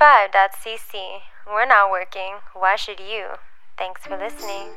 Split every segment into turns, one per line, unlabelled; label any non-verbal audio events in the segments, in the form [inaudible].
9to5.cc. We're not working. Why should you? Thanks for listening.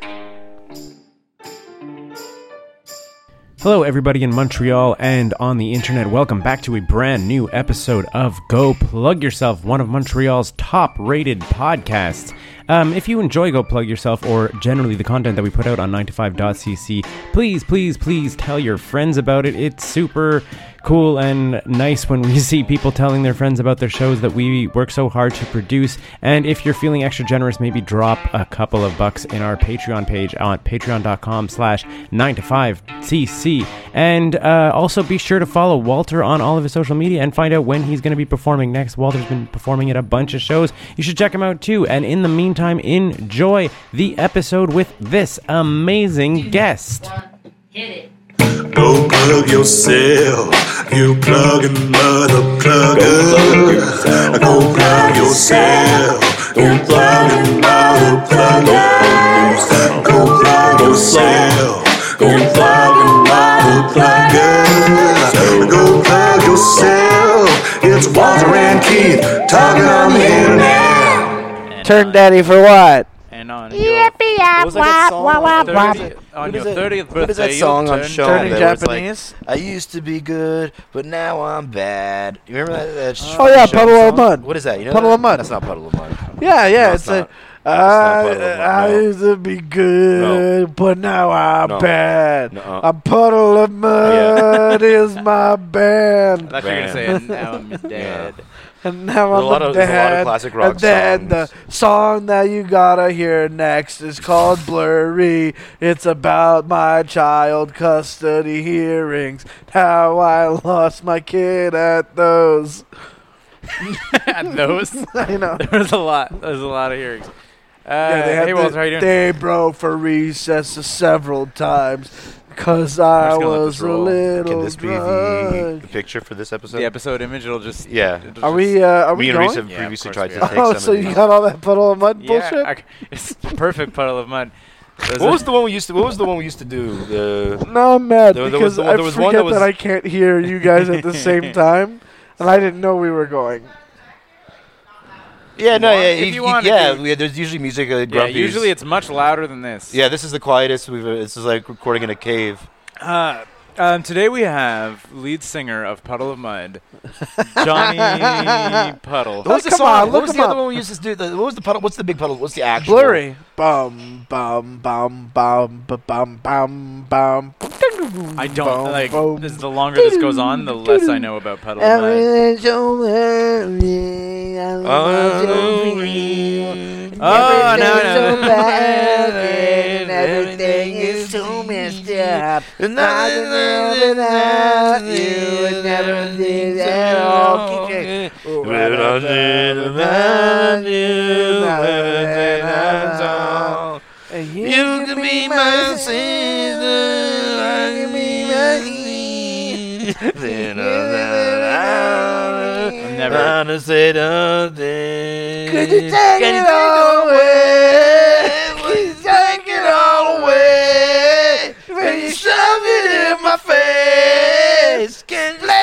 Hello, everybody in Montreal and on the internet. Welcome back to a brand new episode of Go Plug Yourself, one of Montreal's top rated podcasts. Um, if you enjoy Go Plug Yourself or generally the content that we put out on 9to5.cc, please, please, please tell your friends about it. It's super cool and nice when we [laughs] see people telling their friends about their shows that we work so hard to produce. And if you're feeling extra generous, maybe drop a couple of bucks in our Patreon page on patreon.com slash 9to5cc. And uh, also be sure to follow Walter on all of his social media and find out when he's going to be performing next. Walter's been performing at a bunch of shows. You should check him out too. And in the meantime, enjoy the episode with this amazing guest.
Go plug yourself. You plugging mother plugger. Go plug yourself. You plugging mother plugger. Go plug yourself. Go plugging mother plugger. Go plug yourself. It's Walter and Keith talking on the internet.
Turn daddy for what?
And on
was like that song on
your 30th, on your 30th birthday,
What is that song
you'll
on
turn
Shawn?
turning
that was like,
Japanese.
I used to be good, but now I'm bad. You remember that? that sh-
Oh, yeah,
Shawn
Puddle of
song?
Mud.
What is that? You know
Puddle
that?
of Mud.
That's not puddle of mud.
Yeah, yeah,
No,
it's,
it's
a.
not.
I,
It's not Puddle of Mud,
I
no.
used to be good, but now I'm
No. Oh,
bad.
Nuh-uh.
A puddle of mud is my
I
band,
thought you were going to say,
Bam. [laughs]
and
[laughs]
now I'm your dad.
and now
There's
I'm
a lot
a
of- there's a lot of
dad.
classic rock
and then
songs.
the song that you gotta hear next is called "Blurry." It's about my child custody hearings, how I lost my kid at those. [laughs]
[laughs] And those, there
I know.
was a lot. There was a lot of hearings. Uh,
Yeah, they had
hey, Walter, how you doing?
They broke for recess several times because I
just gonna let
was
this
a
roll.
little
Can this be the,
drunk.
the picture for this episode?
the episode image will just.
Yeah.
it'll
Are
just-
we? Uh, are
Me
we
and
going?
Reese have
Yeah, of
previously
course
tried
we
to
are.
take
oh,
some
so
of
you
these.
got all that puddle of mud
Yeah,
bullshit?
I c- [laughs] it's the perfect puddle of mud. There's
What
a-
was the one we used to? What was the one we used to do? The
no, I'm mad
There was- there
because
was the one- there
I
was
forget
one that
that,
was-
I can't hear you guys at the
[laughs]
same time, and I didn't know we were going.
yeah, no,
want-
yeah,
if you
you-
wanna
yeah.
do-
we- There's usually music. Uh,
yeah,
grumpies.
usually it's much louder than this.
yeah. This is the quietest we've. Uh, this is like recording in a cave.
Uh, um, today we have lead singer of Puddle of Mud,
[laughs]
Johnny Puddle.
What was the
come
song?
on,
what
look
was the
him
other
up.
one we used to do? The, what was the puddle? What's the big puddle? What's the actual?
Blurry. Bum bum bum bum ba- bum bum bum.
I
bum,
don't like.
bum.
As the longer this goes on, the less I know about Puddle of Mud.
Everything's over me. I love you.
Oh, no,
Everything's [laughs]
no.
so
[laughs]
bad and everything is so messed up. I
There's nothing
can live without you and never think that all can
without you, that's all.
You
You can be my
sister. You can be my sister.
sister.
I'm
Never.
never.
to say nothing.
Could you take
Can
it
you
all
away? Would you take it all away? When you shove it in my face, can you take it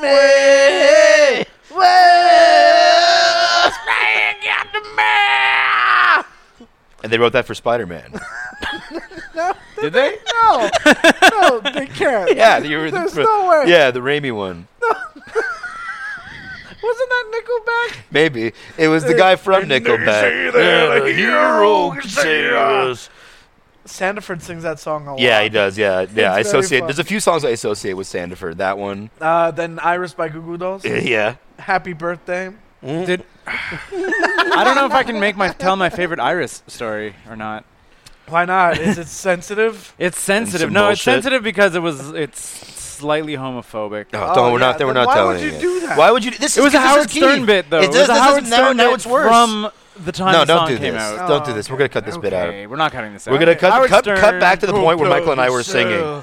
away? Well, Spider got the mail. And they wrote that for Spider-Man.
Did they?
No, no, they can't.
[laughs] yeah, you were
There's
the,
no way.
yeah, the Raimi one.
Wasn't that Nickelback?
Maybe it was the guy from Nickelback.
that a hero can save us.
Sandiford sings that song a lot.
Yeah, he does. Yeah, yeah. I
It's very
associate.
fun.
There's a few songs I associate with Sandiford. That one.
Uh, then Iris by Goo Goo Dolls.
Yeah.
Happy birthday.
Did I don't know if I can make my tell my favorite Iris story or not.
Why not? Is it
[laughs]
sensitive?
It's sensitive.
some
No, it's
bullshit.
sensitive because it was it's slightly homophobic.
No,
Oh,
don't. we're
yeah,
not. Then we're
then
not
why
telling
would you do that?
Why would you? do- This
It was
is,
a
this
Howard
is key.
Stern bit though.
It,
It, was
does,
a
this
Howard
is,
Stern
now, now
bit
it's worse.
from the time
no,
the
don't
song
do
came
this.
out.
Don't do this. We're gonna cut this bit out.
Okay, we're not cutting this out.
We're gonna cut
Howard
cut,
Stern-
cut back to the point where Michael and I
uh,
were singing.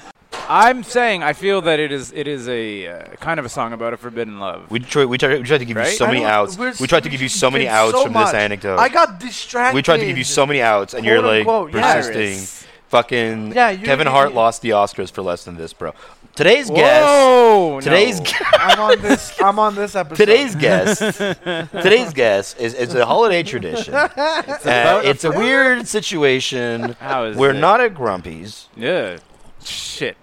I'm saying I feel that it is it is a uh, kind of a song about a forbidden love.
We tried. We tried, we tried to give
Right?
you so
I
many
don't-
outs.
we're-
We tried to give you so many
did
outs
so
from
much.
this anecdote.
I got distracted.
we tried to give you so many outs, and you're
Quote,
like
unquote, yeah.
persisting.
Iris.
Fucking
Yeah, you-
Kevin
you-
Hart
you-
lost the Oscars for less than this, bro. Today's guest.
Whoa! no.
Today's gu-
I'm on this. I'm on this episode.
Today's guest, today's guest is, is a holiday tradition. Uh, It's, a weird situation.
How is
We're
it?
not at Grumpy's.
yeah. Shit.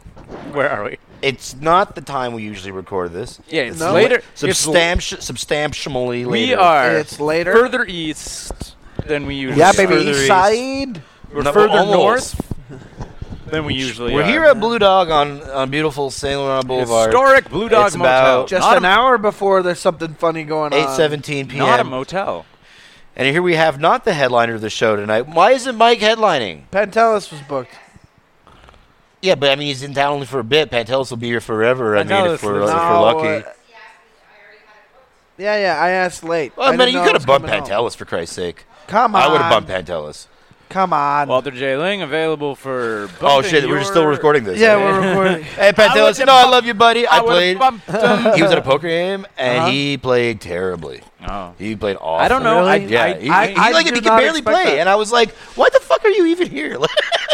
Where are we?
It's not the time we usually record this.
Yeah, it's
No.
later. It's l-
Substanti- substantially later.
we are
It's later.
further east than we usually.
yeah,
are.
baby.
further
East
east.
side.
We're
No,
further
almost. [laughs]
north than we usually.
We're
are.
here at Blue Dog on, on beautiful Saint Laurent Boulevard.
Historic Blue Dog
It's
Motel.
about
Just
Not
an
a-
hour before there's something funny going on.
8:17 p.m.
Not a motel.
and here we have not the headliner of the show tonight. Why isn't Mike headlining?
Pantelis was booked.
Yeah, but I mean, he's in town only for a bit. Pantelis will be here forever. I mean,
Pantelis
if we're,
lives-
if
No,
we're lucky.
uh, yeah, yeah. I asked late.
Well,
I
man,
didn't
you
know
could
it was
have bumped
coming
Pantelis
home.
for Christ's sake.
Come on.
I would have bumped Pantelis.
Come on.
Walter J. Ling available for.
Oh
bumping
shit, we're still
your-
recording
[laughs]
this.
yeah, we're [laughs] recording.
Hey Pantelis, no, I love you, buddy. I,
I
played.
would
[laughs]
bumped him.
He was at a poker game and
Uh-huh.
he played terribly.
Oh.
He played awful.
I don't know. I,
Really?
Yeah,
I,
he,
I,
he,
I
like
do
he
not
could barely
expect
play,
that.
and I was like, "Why the fuck are you even here?" [laughs]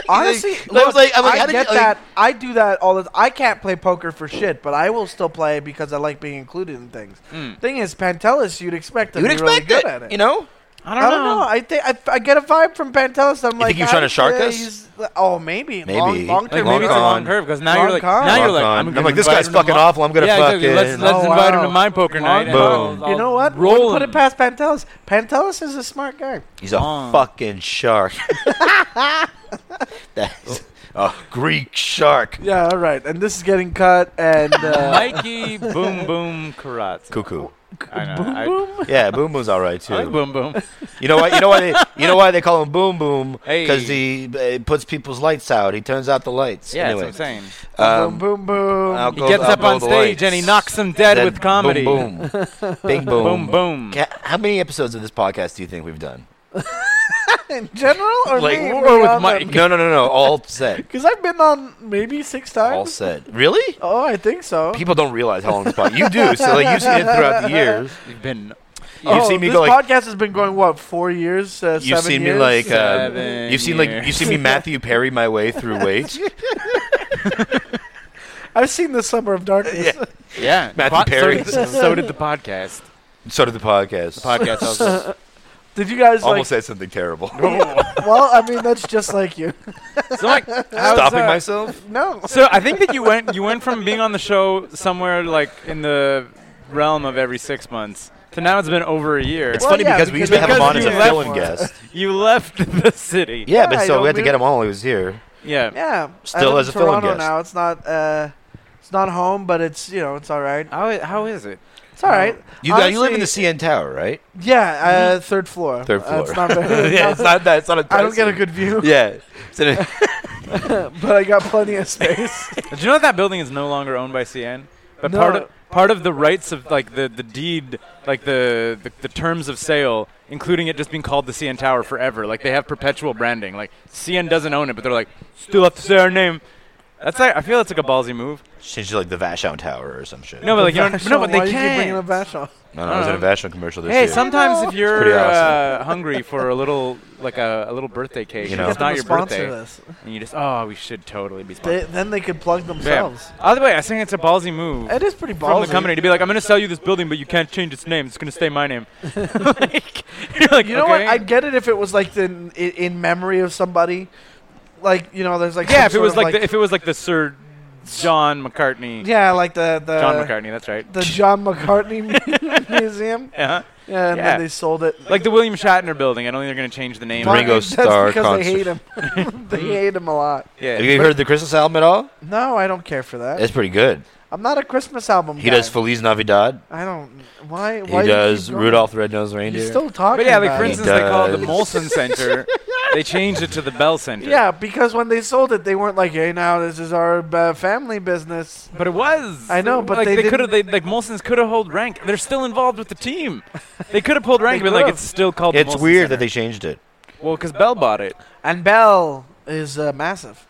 Like,
Honestly,
like, I
look,
was like, I, was like, how did
get
you, like,
that. I do that all the. I can't play poker for shit, but I will still play because I like being included in things. Thing is, Pantelis, you'd expect to
Hmm. You'd
be
expect
really good
it,
at it.
you know?
I
I don't know. I think I, I get a vibe from Pantelis. I'm like,
he was trying to
I-
shark
yeah,
us?
he's- Oh, maybe.
Maybe.
Long, long term.
Like
Long
maybe it's a long
con.
curve because now
Long
you're like
con.
now you're
Long
like
con.
I'm,
I'm
gonna
like, this
invite
guy's
him to
fucking
my-
awful. I'm gonna
yeah, exactly.
fucking-
Let's, let's
Oh,
invite him
wow.
to my poker
Long
night. and
con.
I'll-
you know what?
I'll Roll
Wouldn't put
him.
it past Pantelis. Pantelis is a smart guy.
Oh, He's a
Long.
fucking
[laughs]
shark. [laughs] That's a Greek shark.
Yeah, all right. And this is getting cut. And
[laughs]
uh,
Mikey Boom Boom Karate.
Cuckoo.
I know. Boom I, Boom.
Yeah, Boom Boom's all right too.
I [laughs] like Boom Boom.
You know why? You know why? They, you know why they call him Boom Boom? Because
Hey.
he uh, puts people's lights out. He turns out the lights.
Yeah,
anyway,
that's what I'm saying.
um,
boom, boom, boom.
I'll
He
go-
gets
I'll
up
go
on
the
stage
lights.
and he knocks them dead
Then
with comedy. [laughs]
Boom, boom, bing, boom,
Boom, boom.
Ca- How many episodes of this podcast do you think we've done?
In general, or
Like,
me?
we're
Maybe
with
I'll-
Mike.
No, no, no, no. All
[laughs]
said.
Because I've been on maybe six times.
All said. Really?
Oh, I think so.
People don't realize how long this podcast. You do. So like you've seen [laughs] it throughout the years.
You've been
You've
oh,
seen me
this
go like.
podcast has been going what four years? Uh,
You've
seven
seen
years?
me like. Uh,
Seven
you've seen like.
years.
You've seen me Matthew Perry my way [laughs] through weight.
I've seen the summer of darkness.
yeah.
Matthew
Pot- so
Perry.
did the- So did the
[laughs]
podcast.
So did the podcast.
Podcast also.
Did you guys
Almost said something terrible. [laughs]
like? well, I mean, that's just like you. [laughs]
So like how's,
Stopping
uh,
myself.
No,
So I think that you went you went from being on the show somewhere like in the realm of every six months to now it's been over a year.
It's
Well,
funny
yeah,
because we
because
used to have him
because
on as
we
a
left
fill-in
one.
guest.
You left [laughs] the city.
Yeah,
Yeah,
but
I
so
know,
we had to
we-
get him on while he was here.
Yeah.
yeah.
Still
I live
as a
in
fill-in
Toronto
guest.
now. It's not. Uh, it's not home, but it's you know, it's all right.
How i- how is it?
It's all right.
You got, you live in the
Honestly,
CN Tower, right?
Yeah, uh, third floor.
Third
Uh,
floor.
it's not very.
[laughs] yeah, it's not that. It's [laughs] not
I don't get a good view,
Yeah, It's in a-
[laughs] but I got plenty of space.
Did you know that building is no longer owned by CN? But part
No.
of part of the rights of like the, the deed, like the, the the terms of sale, including it just being called the CN Tower forever. Like they have perpetual branding. Like CN doesn't own it, but they're like still have to say our name. That's like, I feel that's like a ballsy move.
Change it like the Vashon Tower or some shit.
No, but like you
[laughs]
don't, no,
Vashon,
but
why
they
did you bring
can't.
up Vashon?
no, no, I was in a Vashon commercial this
Hey,
year.
sometimes if
pretty
you're
awesome.
uh, hungry for a little, like a, a little birthday cake,
You
you
know.
it's
Get them
not
to
your
sponsor
birthday,
this.
and you just, oh, we should totally be
They,
sponsored.
then they could plug themselves.
Either way, I think it's a ballsy move
It is pretty
from
ballsy.
the company to be like, I'm going to sell you this building, but you can't change its name. It's going to stay
[laughs]
my name. like, you're like,
You know
okay.
what? I'd get it if it was like the, in, in memory of somebody. Like you know, there's like some
yeah, if it
sort
was
of,
like, the, if it was like the Sir John McCartney,
yeah, like the the
John McCartney, that's right. [laughs]
the John McCartney [laughs] Museum.
Yeah.
Yeah, and
Yeah.
then they sold it.
Like the William Shatner building. I don't think they're going to change the name.
[laughs]
Ringo
That's
Starr
because they hate
concert.
him. [laughs] they hate him a lot.
Yeah.
Have you heard the Christmas album at all?
No, I don't care for that.
It's pretty good.
I'm not a Christmas album.
He
guy.
does Feliz Navidad.
I don't. Why?
He
why do you
does
keep going?
Rudolph the Red-Nosed Reindeer.
You're still talking.
But yeah, like
about
for
it.
instance, they call it the
does.
Molson
[laughs]
Center. they changed it to the Bell Center.
Yeah, because when they sold it, they weren't like, "Hey, now this is our uh, family business."
But it was.
I know, but
like,
they
could have. They like Molson's could have hold rank. They're still involved with
[laughs]
the team. They could have pulled rank,
They
but like
could've.
it's still called.
It's
the Molson
weird
Center.
that they changed it.
Well, because Bell bought it.
And Bell is uh, massive.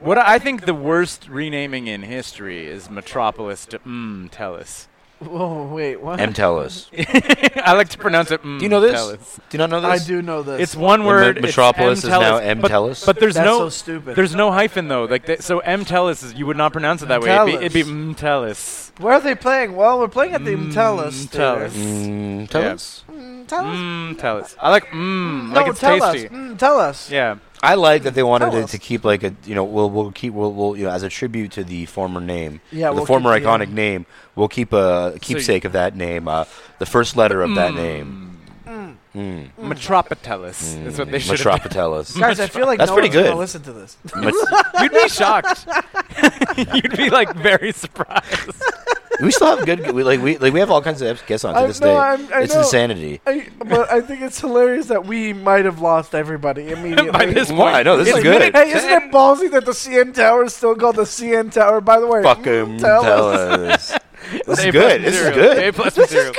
What I I think the worst renaming in history is Metropolis to Mm Tellus.
[laughs]
[laughs]
Whoa, wait, what?
Mtelos. Do
I like to pronounce it. Mm,
you know this?
Tellus.
you not know
I [laughs]
this?
do know this.
It's one
When Me-
word. it's
Metropolis is now
Mtellus, but-
Mtellus?
But, there's
That's
no
so stupid.
There's no hyphen though. Like that, so Mtellus is you would not pronounce it that way. It'd be, it'd be Mtellus.
Where are they playing? Well, we're playing at the
Mm,
Metellus. Theater.
Mm,
Yes.
Mm, tell us.
Mtellus. I like mm,
No,
like it's
tell
tasty.
us. Mm, tell us.
Yeah.
I like that they wanted
Tell
to,
us.
to keep like a you know we'll we'll keep we'll, we'll you know as a tribute to the former name
Yeah,
the
we'll
former
keep the,
iconic
um,
name we'll keep a keepsake of that name uh, the first letter of that name mm.
[laughs] Metropotellus. That's what they should. have
Metropotellus
[laughs] Guys, I feel like
That's
no
pretty
one's gonna
good.
Listen to this.
Met-
done. [laughs] You'd be shocked. [laughs] You'd be like very surprised.
[laughs] we still have good we, like we like we have all kinds of guests on to
I
this
know,
day
I'm- I
it's
know.
insanity
[laughs] I, but I think it's hilarious that we might have lost everybody
[laughs]
immediately.
By this point,
Why? No, this is
it's
good.
minute
hey, isn't
10.
it ballsy that the CN Tower is still called the CN Tower? By the way,
fucking
tell
tell
us.
us this
A
is
plus
good this is
material. A
good
plus material.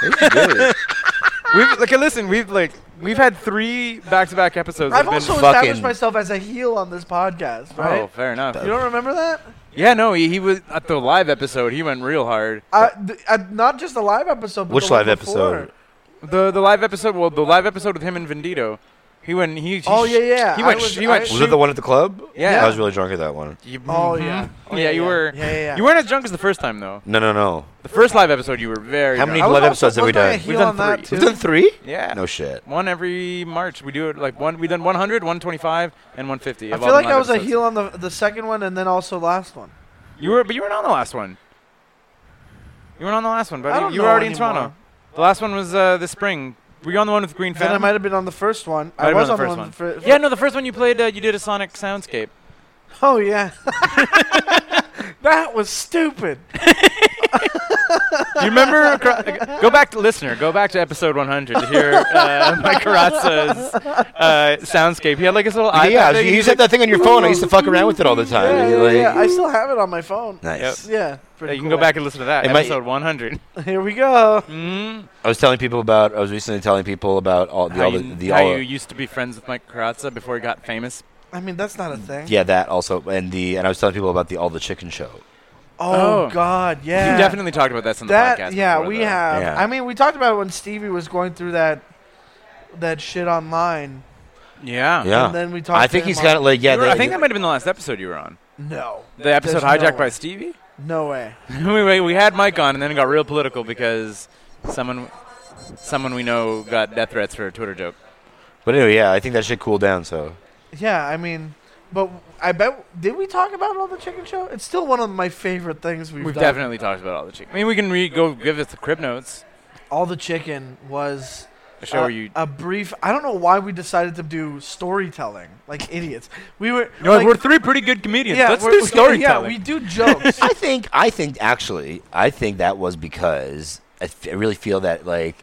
This is good.
We've like listen, we've like we've had three back to back episodes. that
I've
have
also
fucking-
established myself as a heel on this podcast,
been,
right?
Oh, fair enough.
You don't remember that?
Yeah, no, he, he was at the live episode. He went real hard.
Uh, th- uh, not just the live episode. But
Which
the one
live
before.
episode?
The the live episode, well, the live episode with him and Vendito. He went. He, he
Oh,
sh-
yeah, yeah.
He
I
went.
was-
he went.
I-
was it the one at the club
Yeah.
I was really drunk at that one
You-
Oh
mhm.
yeah. Oh,
yeah, you were.
Yeah, yeah, yeah.
You weren't as drunk as the first time though.
no no no
The first live episode, you were very.
How
drunk.
many
I was
live
also-
episodes have we
wasn't I a
done
heel
We've done
on that
three.
too?
we've done three
Yeah.
no shit
One every March. We do it like one. We done 100, 125, and 150.
I
of
feel
all the
like
live
I was a
episodes.
heel on the the second one and then also last one.
You were, but you weren't on the last one. You weren't on the last one, but
I don't
you were
know
already
anymore.
in Toronto. The last one was uh, this spring. Were you on the one with Green
Then I
Phantom?
might have been on the first one. I
Might have
was
been
on the
on
one.
the
with the fir-
yeah, no, the first one you played, uh, you did a Sonic soundscape.
Oh yeah. [laughs] that was
[laughs]
stupid.
Do you remember? Kara- go back to listener. Go back to episode 100 to hear uh, [laughs] Mike Carazza's uh, soundscape. He had like his little iPad.
yeah,
thing.
you
He
used to have that thing on your phone. I used to fuck around with it all the time.
Yeah, yeah,
Like-
yeah. I still have it on my phone.
Nice.
Yeah.
Yeah,
pretty
you can
cool.
go back and listen to that
It might-
episode 100.
[laughs] Here we go.
Mm,
I was telling people about. I was recently telling people about all the,
how
all the,
you,
the
how
all,
you used to be friends with Mike Carazza before he got famous.
I mean, that's not a thing.
yeah that also and the and I was telling people about the all the chicken show.
Oh,
Oh.
God. Yeah.
You definitely talked about this on the
that.
podcast.
yeah,
before,
we
though.
have.
Yeah.
I mean, we talked about it when Stevie was going through that that shit online.
Yeah.
Yeah,
And then we talked.
I think
to
he's
him on-
kind of like yeah.
You were-
they-
I think that might have been the last episode you were on.
No.
The episode
There's no
hijacked
way.
by Stevie. [laughs]
No way.
we, we we had Mike on, and then it got real political because someone someone we know got death threats for a Twitter joke.
but anyway, yeah, I think that shit cooled down. So
Yeah, I mean, but I bet did we talk about all the chicken show? It's still one of my favorite things we've,
We've
done.
definitely talked about all the chicken. I mean, we can re- go give us the crib notes.
all the chicken was
A show
a,
where you.
Uh, a brief. I don't know why we decided to do storytelling like idiots. We were
No,
like,
we're three pretty good comedians.
yeah,
Let's
we're-
do
we're-
storytelling.
Yeah, we do
[laughs]
jokes.
I think I think actually I think that was because I, f- I really feel that like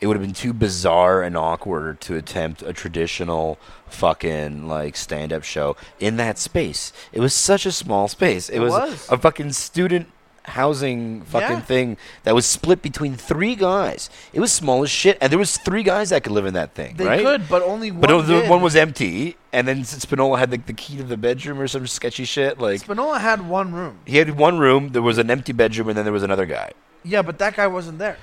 it would have been too bizarre and awkward to attempt a traditional fucking like stand up show in that space. It was such a small space. It,
It
was,
was.
a fucking student housing fucking
Yeah.
thing that was split between three guys. It was small as shit, and there was three guys that could live in that thing.
they
right?
could, but only one.
But it was-
did.
one was empty, and then Spinola had like the key to the bedroom or some sketchy shit. Like
Spinola had one room.
he had one room. There was an empty bedroom, and then there was another guy.
Yeah, but that guy wasn't there.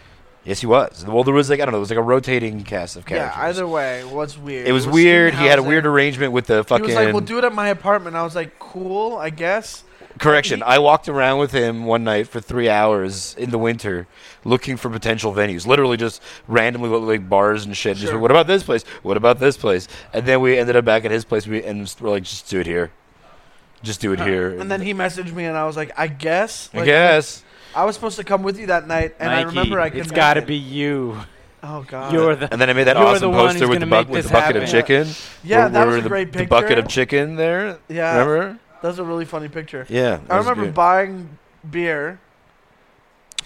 Yes, he was. Well, there was like I don't know. There was like a rotating cast of
Yeah,
characters.
either way, it was weird.
it was
student
weird. He had a
housing.
weird arrangement with the
He
fucking.
was like, "We'll do it at my apartment." I was like, "Cool, I guess."
correction. I walked around with him one night for three hours in the winter, looking for potential venues. Literally, just randomly look like bars and shit. Just
Sure.
what about this place? What about this place? And then we ended up back at his place. We and we're like, just do it here. Just do it here.
And then he messaged me, and I was like, "I guess."
I
Like,
guess.
I was supposed to come with you that night, and I
Mikey,
remember I could.
It's got to be you.
Oh God.
You're the.
And then I made that
You're
awesome
the one
poster
who's
with the,
gonna
buck
make
with the
this
bucket of
happen.
chicken.
yeah,
Where-
that
where
was a
the,
great
the
picture.
bucket of chicken there.
Yeah.
Remember?
That was a really funny picture.
Yeah. that
I
was
remember
good.
buying beer.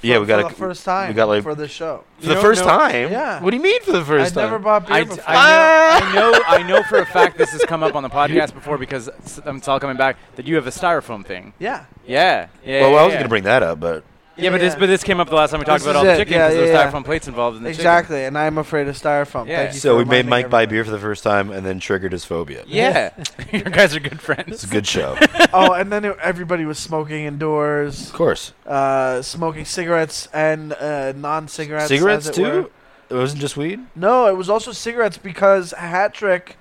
yeah, we
for
got
the
a,
first time.
We got like
for the show.
for the
You
first
know-
time.
Yeah.
What do you mean for the
I
first time? Ah!
never bought beer
I,
before. Ah!
I, know, I know. I know for a fact this has come up on the podcast before because um, it's, it's all coming back that you have a styrofoam thing.
yeah.
Yeah. Yeah.
well,
yeah,
I was
yeah.
gonna bring that up, but
Yeah, but this but this came up the last time we talked
This
about
is
all the
it.
chicken
Yeah,
because
yeah,
there
yeah.
was styrofoam plates involved in the chicken.
exactly, and I'm afraid of styrofoam.
Yeah.
Thank you
So
for
we made
reminding
Mike buy
everyone.
beer for the first time, and then triggered his phobia.
Yeah, [laughs] you guys are good
It's
friends.
a
[laughs]
good show,
oh, and then it- everybody was smoking indoors,
of course.
uh, smoking cigarettes and uh, non-cigarettes. as
Cigarettes
it
too.
were.
It wasn't just weed.
No, it was also cigarettes because Hattrick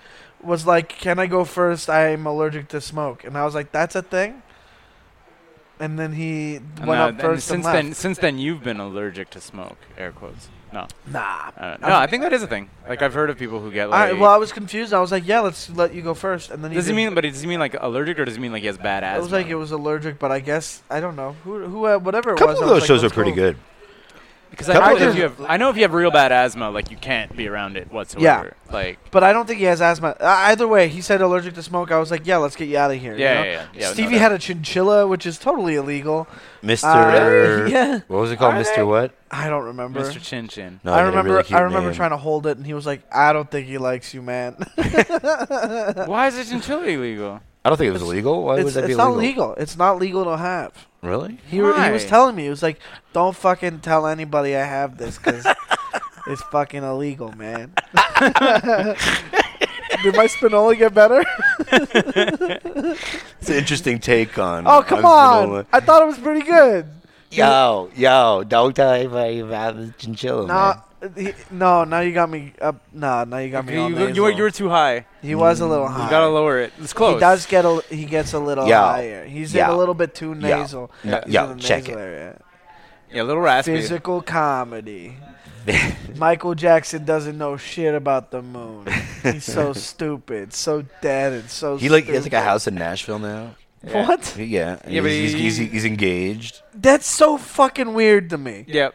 was like, "Can I go first? I'm allergic to smoke," and I was like, "That's a thing." And then he
And,
went
uh,
up
and
first and
since
left.
then, since then you've been allergic to smoke. Air quotes. No,
nah.
uh, no, I think that is a thing. Like I've heard of people who get like.
I, well, I was confused. I was like, "Yeah, let's let you go first. and then he
does he
did-
mean? But does he mean like allergic, or does he mean like he has bad
It
asthma?
was like it was allergic, but I guess I don't know who who uh, whatever it
A couple
was.
of
I was like,
those
Uh,
shows are
"Let's
pretty
go."
good.
because I know
Couple
that
of-
if you have, I know if you have real bad asthma, like you can't be around it whatsoever. Like
But I don't think he has asthma. Uh, either way, he said allergic to smoke. I was like, "Yeah, let's get you out of here." you
yeah,
know?
yeah, yeah, yeah, no
Stevie
doubt.
had a chinchilla, which is totally illegal.
Mister.
Uh, [laughs] yeah.
What was it called,
Are
Mister?
they-
What?
I don't remember.
Mr. Chin Chin.
I
No, they had a
remember.
really cute
I remember
name.
trying to hold it, and he was like, "I don't think he likes you, man." [laughs]
Why is it chinchilla [laughs] illegal?
I don't think it was illegal. Why would
it's
that be
it's
illegal?
not legal. It's not legal to have.
Really?
He re- he was
Why?
telling me he was like, "Don't fucking tell anybody I have this
[laughs]
because it's fucking illegal, man." [laughs] Did my spinola get
[laughs]
better?
It's an interesting take on.
Oh come on! I thought it was pretty good.
Yo, yo! Don't tell anybody about the chinchilla.
Nah, he, no, now you got me up. Nah, now you got me.
You,
all
you, you, were,
nasal.
you were too high.
he was a little
You
high.
gotta lower it. It's close.
He does get a he gets a little
Yeah.
higher. He's in
Yeah.
a little bit too
Yeah.
nasal.
Yeah.
He's
Yeah.
in the
Check
nasal
it.
area.
Yeah, a little raspy.
Physical
[laughs]
comedy. Michael Jackson doesn't know shit about the moon. He's
[laughs]
so stupid, so dead, and so.
He like he has like a
stupid.
house in Nashville now.
What?
Yeah.
Yeah,
he's,
but
he's,
he-
he's, he's engaged.
That's so fucking weird to me.
Yep.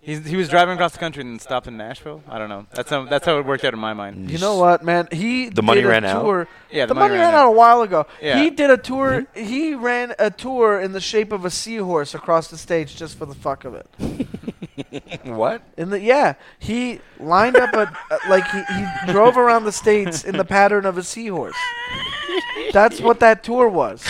He's, he was driving across the country and then stopped in Nashville. I don't know. That's how, that's how it worked out in my mind.
You know what, man? He
The money
did a
ran out?
tour-
Yeah,
the, money, ran out a while ago.
Yeah.
He did a tour. He ran a tour in the shape of a seahorse across the stage just for the fuck of it.
What?
In the yeah, he lined up a uh, like he, he drove around the states in the pattern of a seahorse. That's what that tour was.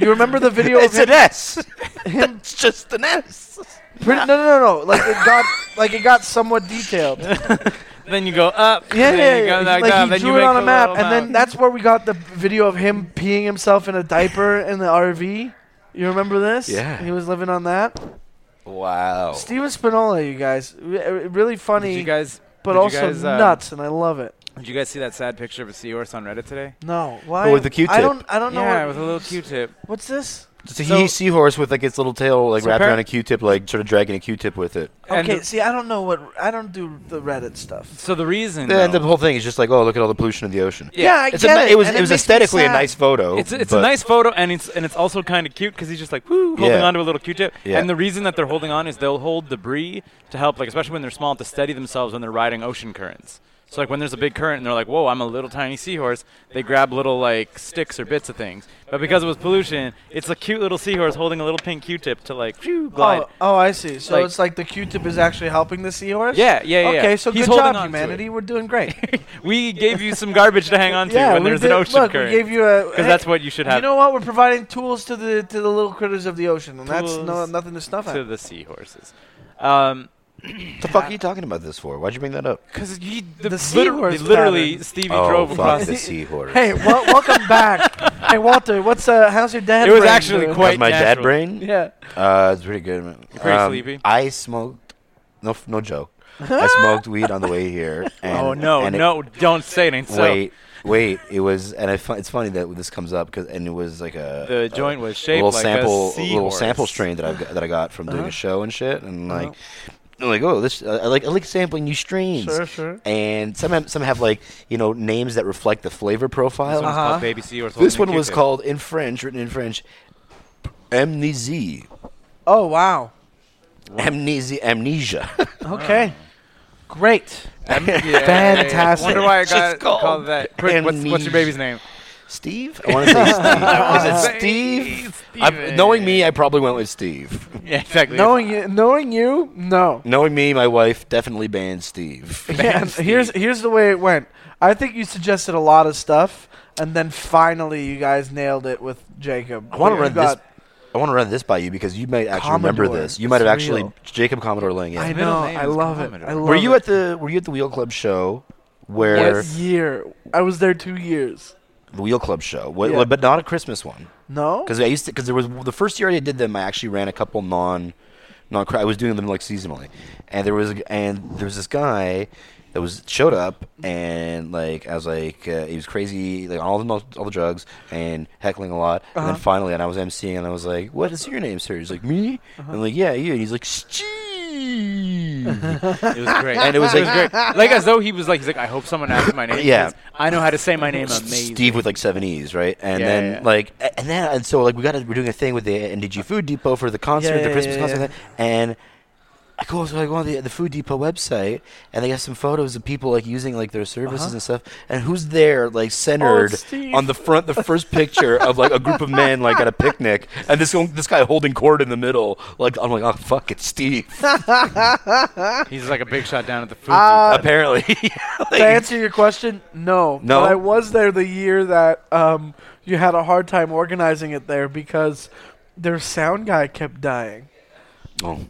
You remember the video of
It's
him?
an S. It's just an S.
Pretty, no, no, no, no. Like it got like it got somewhat
[laughs]
detailed. Yeah,
Then you go up.
yeah.
then you go
yeah.
back
Like
down,
he
then you
drew it
make
on a
the
map,
little
and then that's where we got the video of him peeing himself in a diaper in the RV. You remember this?
Yeah.
He was living on that.
Wow.
Steven Spinola, you guys, re- uh, really funny,
Did you guys?
but
did you
also
guys, uh,
nuts, and I love it.
Did you guys see that sad picture of a seahorse on Reddit today?
No, why?
with the
I
Q-tip.
don't. I don't know.
yeah,
what-
with a little Q-tip.
What's this?
It's a
So-
he seahorse with like its little tail like
So
wrapped
appar-
around a Q-tip, like sort of dragging a Q-tip with it.
And
Okay,
the-
see, I don't know what I don't do the Reddit stuff.
so the reason.
And the
though-
whole thing is just like, oh, look at all the pollution in the ocean.
Yeah,
I
It's a,
get
ni-
it.
it was
and
it was
makes me
aesthetically a
sad.
nice photo.
Oh,
It's it's
but-
a nice photo and it's and it's also kind of cute because he's just like woo holding
Yeah.
onto a little Q-tip.
Yeah.
And the reason that they're holding on is they'll hold debris to help, like especially when they're small, to steady themselves when they're riding ocean currents. So like when there's a big current and they're like, whoa, I'm a little tiny seahorse. They grab little like sticks or bits of things. But because it was pollution, it's a cute little seahorse holding a little pink Q-tip to like phew, glide.
Oh, oh, I see. So
Like-
it's like the Q-tip is actually helping the seahorse.
Yeah, yeah, yeah.
Okay, so
He's
good
holding
job,
on to
humanity.
it.
We're doing great.
[laughs] we gave you some garbage to hang on to
Oh. yeah,
when
we
there's
did-
an ocean
look,
current.
we gave you a
because that's what you should
You
have
know what? We're providing tools to the to the little critters of the ocean, and that's no,
Tools
nothing to snuff
to
at.
the seahorses. Um,
What the fuck are you talking about this for? Why'd you bring that up?
Because the, the
seahorse
literally
pattern.
Stevie
Oh,
drove across.
fuck
The,
the
[laughs]
seahorse.
Hey, wel- welcome back. Hey, Walter, what's uh, how's your dad?
It was
brain
actually
doing?
quite-
How's my dad
natural.
brain?
Yeah.
Uh, it's pretty good. man. Um,
You're pretty sleepy.
I smoked. No, f- no joke. I smoked weed on the way here. And,
oh no,
and it-
no! don't say it ain't so.
Wait, wait. It was, and I, fu- it's funny that this comes up because, and it was like a
The
a-
joint was
a
shaped
little
like
sample,
a
a
seahorse.
little sample strain that I got, that I got from doing a show and shit, and like, I'm like oh, this I I like I like sampling new strains.
Sure, sure.
And some have, some have like you know names that reflect the flavor profile.
This one's called
Uh-huh.
Baby Seahorse.
This one
holding a
was
Q-tip.
called in French, written in French, amnésie,
Oh wow.
amnesia, amnesia. [laughs]
Okay. Great.
Yeah,
Fantastic.
Wonder why I got
Just called
called that. Quick, what's, what's your
amnesia.
baby's name?
Steve? I want to [laughs] say Steve.
[laughs]
Is
Say
it Steve? I, knowing me, I probably went with Steve.
[laughs] Yeah, exactly.
Knowing you, knowing you,
[laughs]
no.
Knowing me, my wife definitely banned Steve.
[laughs] Yeah, and here's here's the way it went. I think you suggested a lot of stuff, and then finally you guys nailed it with Jacob.
I want to
You
run
got-
this. I want to run this by you because you might actually remember
Commodore.
this. You might have
It's
actually
real.
Jacob Commodore Lang. Yeah.
I
middle
know.
name
I
is
love it.
Commodore.
I
Were
love
were you
it.
at the Were you at the Wheel Club show? Where
what year? I was there two years.
the Wheel Club show, what,
Yeah.
but not a Christmas one.
No.
Because I used to, because there was the first year I did them, I actually ran a couple non, non. I was doing them like seasonally, and there was a- and there was this guy that was showed up and like I was like uh, he was crazy like on all the most- all the drugs and heckling a lot, and then finally and I was emceeing and I was like, "What is your name, sir?" He's like, "Me," and I'm like, "Yeah, you." And he's like, [laughs] "Steve."
It was
[laughs]
great.
And it was, like-
great. Like as though he was like, he's like, I hope someone asks my name.
Yeah.
because I know how to say my name amazing.
Steve with like seven E's, right? And
Yeah,
then
yeah, yeah.
like, a- and then and so like we got to, we're doing a thing with the NDG Food Depot for the concert,
Uh, yeah,
the Christmas
yeah,
concert,
yeah.
and I go so I go on the the Food Depot website, and they have some photos of people like using like their services and stuff, and who's there like centered
Uh-huh. Oh, Steve.
on the front, the first picture of like a group of men like at a picnic, and this one- this guy holding cord in the middle, like I'm like oh fuck it's Steve
He's like a big shot down at the food.
Uh,
apparently. [laughs]
to answer your question, no.
No?
But I was there the year that um, you had a hard time organizing it there because their sound guy kept dying.
Oh.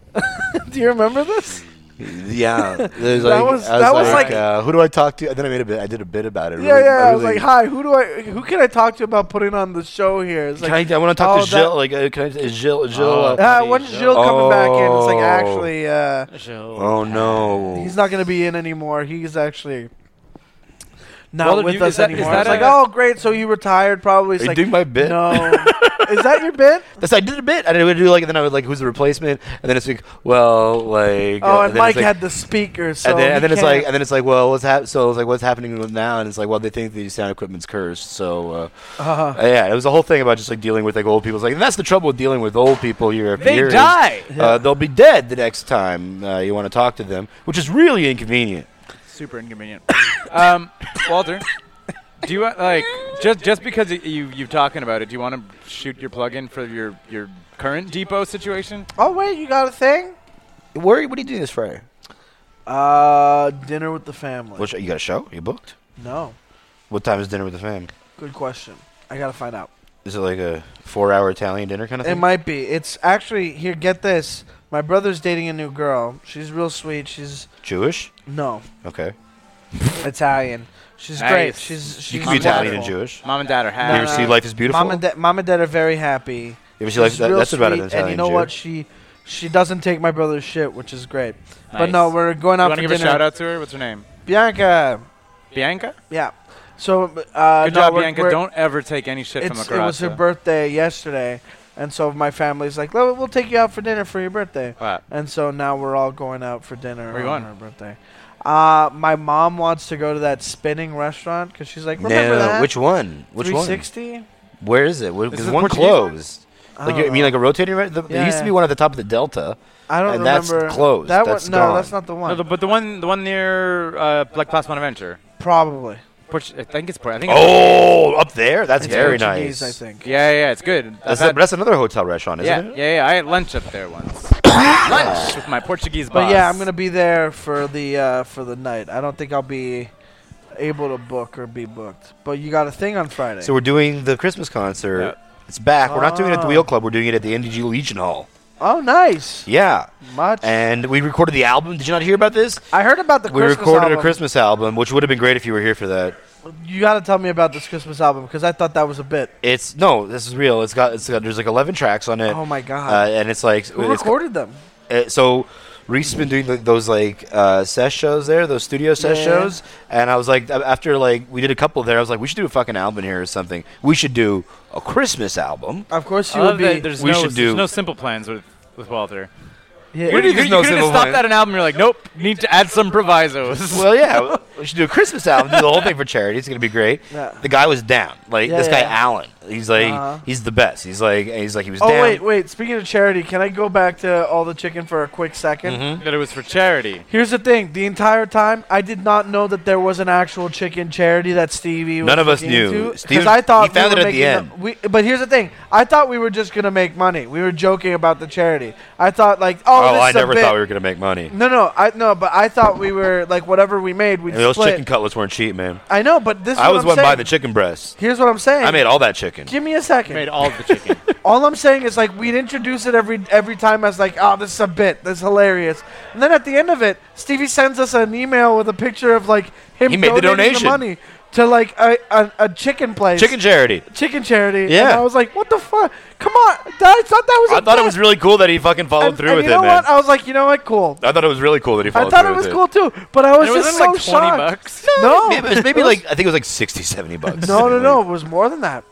Do you remember this?
[laughs] Yeah, there's
That
like,
was-
I
that was like-
uh, who do I talk to? And then I made a bit. I did a bit about it.
Yeah,
really-
yeah. I was
really-
like, hi, who do I, who can I talk to about putting on the show here? It's like,
Can I, I want to talk
oh,
to
that-
Jill. Like, uh, can I? Is Jill? Jill?
Oh.
Uh,
uh, when's Jill coming back in? It's like,
Oh.
actually, uh,
Joe.
oh no!
he's not going to be in anymore. He's actually not
Well,
with
you-
us
is that- is
anymore. It's
that
like,
a-
oh, great. So you retired probably. It's
Are you
like,
doing my bit?
No.
[laughs]
is that your bit?
That's I did a bit. and I would do like, and then I would like, who's the replacement? And then it's like, well, like.
Oh,
uh,
and
then it's
Mike
like-
had the speaker, so
and then,
he
and then it's
can't-
like, and then it's like, well, what's hap- So it's like, what's happening with now? And it's like, well, they think the sound equipment's cursed. So, uh,
Uh-huh.
yeah, it was a whole thing about just like dealing with like old people. It's like, and that's the trouble with dealing with old people year after
They
year. is,
die.
Uh, they'll be dead the next time uh, you want to talk to them, which is really inconvenient.
[laughs] Super inconvenient. um, Walter, do you want like just just because y- you you talking about it? Do you want to shoot your plug in for your your current depot situation?
oh wait, you got a thing?
Where? What are you doing this Friday?
Uh, dinner with the family.
What, sh- you got a show? you booked?
no,
What time is dinner with the fam?
good question. I gotta find out.
Is it like a four-hour Italian dinner kind of
It
thing?
might be. It's actually here. Get this. My brother's dating a new girl. She's real sweet. She's
Jewish?
no
Okay.
Italian. She's
Nice.
great. She's she's
you can be Italian and
wonderful.
Jewish.
Mom and Dad are
you
happy.
ever see Life is Beautiful?
Mom and dad, mom and dad are very happy.
you ever see Life?
She's
That,
real
that's about an
sweet,
Italian
And you know
Jew.
what? She she doesn't take my brother's shit, which is great. But
Nice.
no, we're going
Do you
out
want
for
to give
dinner.
a shout out to her? What's her name?
Bianca.
Bianca.
Yeah. So uh,
Good
no,
job,
we're-
Bianca.
we're-
Don't ever take any shit from a
it's, it was her
Carrasco.
birthday yesterday, and so my family's like, "Well, we'll take you out for dinner for your birthday."
What?
And so now we're all going out for dinner
Where you
on
going?
her birthday. Uh, my mom wants to go to that spinning restaurant because she's like,
No,
"Remember
no, no,
that?"
which one? Which one?
360?
Where is it?
Is
Because
it
one
Portuguese one?
closed.
I
Like
don't
you mean
know.
like a rotating? Re- the,
Yeah,
there used to be
yeah.
one at the top of the Delta.
I don't
and that's
remember.
closed.
That
That's
one, no,
gone.
that's not the one.
No, the, but the one the one near uh, Black Plasma Adventure.
Probably.
Port- I think it's Port. I think it's-
Oh, up there. That's
It's
very
Portuguese,
nice.
I think.
yeah, yeah, it's good. I've
That's,
had-
that's another hotel restaurant, isn't
yeah,
it?
yeah, yeah. I had lunch up there once. [coughs] lunch [coughs] with my Portuguese boss.
But yeah, I'm gonna be there for the uh, for the night. I don't think I'll be able to book or be booked. But you got a thing on Friday.
So we're doing the Christmas concert.
Yeah.
It's back. We're not doing it at the
Oh.
Wheel Club. We're doing it at the NDG Legion Hall.
oh, nice.
Yeah.
Much.
And we recorded the album. Did you not hear about this?
I heard about the
we
Christmas
recorded
album.
a Christmas album, which would have been great if you were here for that.
You got to tell me about this Christmas album because I thought that was a bit.
It's no, this is real. It's got it's got there's like 11 tracks on it.
Oh my
Uh,
god!
and it's like
Who
it's-
recorded them?
uh, so Reese's been doing th those like uh, sesh shows there, those studio sesh
Yeah.
shows, and I was like, a- after like we did a couple there, I was like, we should do a fucking album here or something. We should do a Christmas album.
Of course,
I
you
love
would be.
that there's
we
no,
should
there's
do-
no simple plans with with Walter.
Yeah.
You,
do
you,
you mean
you,
there's no
could have
simple
stopped
plan?
at an album. You're like, nope, need to add some provisos.
Well, yeah, we should do a Christmas album. Do the whole thing for charity. It's gonna be great.
Yeah.
The guy was down. Like
Yeah,
this guy
yeah.
Alan. He's like
Uh-huh.
he's the best. He's like he's like he was
Oh
down.
wait, wait. Speaking of charity, can I go back to all the chicken for a quick 2nd
[laughs]
Mm-hmm.
that it was for charity.
Here's the thing: the entire time, I did not know that there was an actual chicken charity that Stevie. Was
None of us
looking
knew.
into, 'cause
Steve-
I thought
he found
we
it
were
at the
making
end.
we, but here's the thing: I thought we were just gonna make money. We were joking about the charity. I thought like, oh,
Oh,
this
I
is a
never
bit. Mm,
thought we were gonna make money.
no, no, I no, but I thought we were like whatever we made, we'd
And those
split.
chicken cutlets weren't cheap, man.
I know, but this is
I
what
was
I'm
one
saying.
by the chicken breast.
Here's what I'm saying.
I made all that chicken.
Give me a second.
Made all of the chicken.
[laughs] All I'm saying is like we'd introduce it every every time as like, oh, this is a bit, this is hilarious. And then at the end of it, Stevie sends us an email with a picture of like him
He made the
donating
donation.
money to like a, a, a chicken place,
Chicken charity.
chicken charity.
Yeah.
and I was like, what the fuck? Come on, that, I thought that was. a
I thought it
bit.
was really cool that he fucking followed
And-
through
and
with
you know
it,
what?
man.
I was like, you know what? Cool.
I thought it was really cool that he followed
I thought
through
it was
with
cool too, but I was
And it was
just so
only, like 20
shocked.
bucks.
No,
Maybe, it was maybe like I think it was like
[laughs]
60, 70 bucks.
no, no,
[laughs]
no. It was more than that.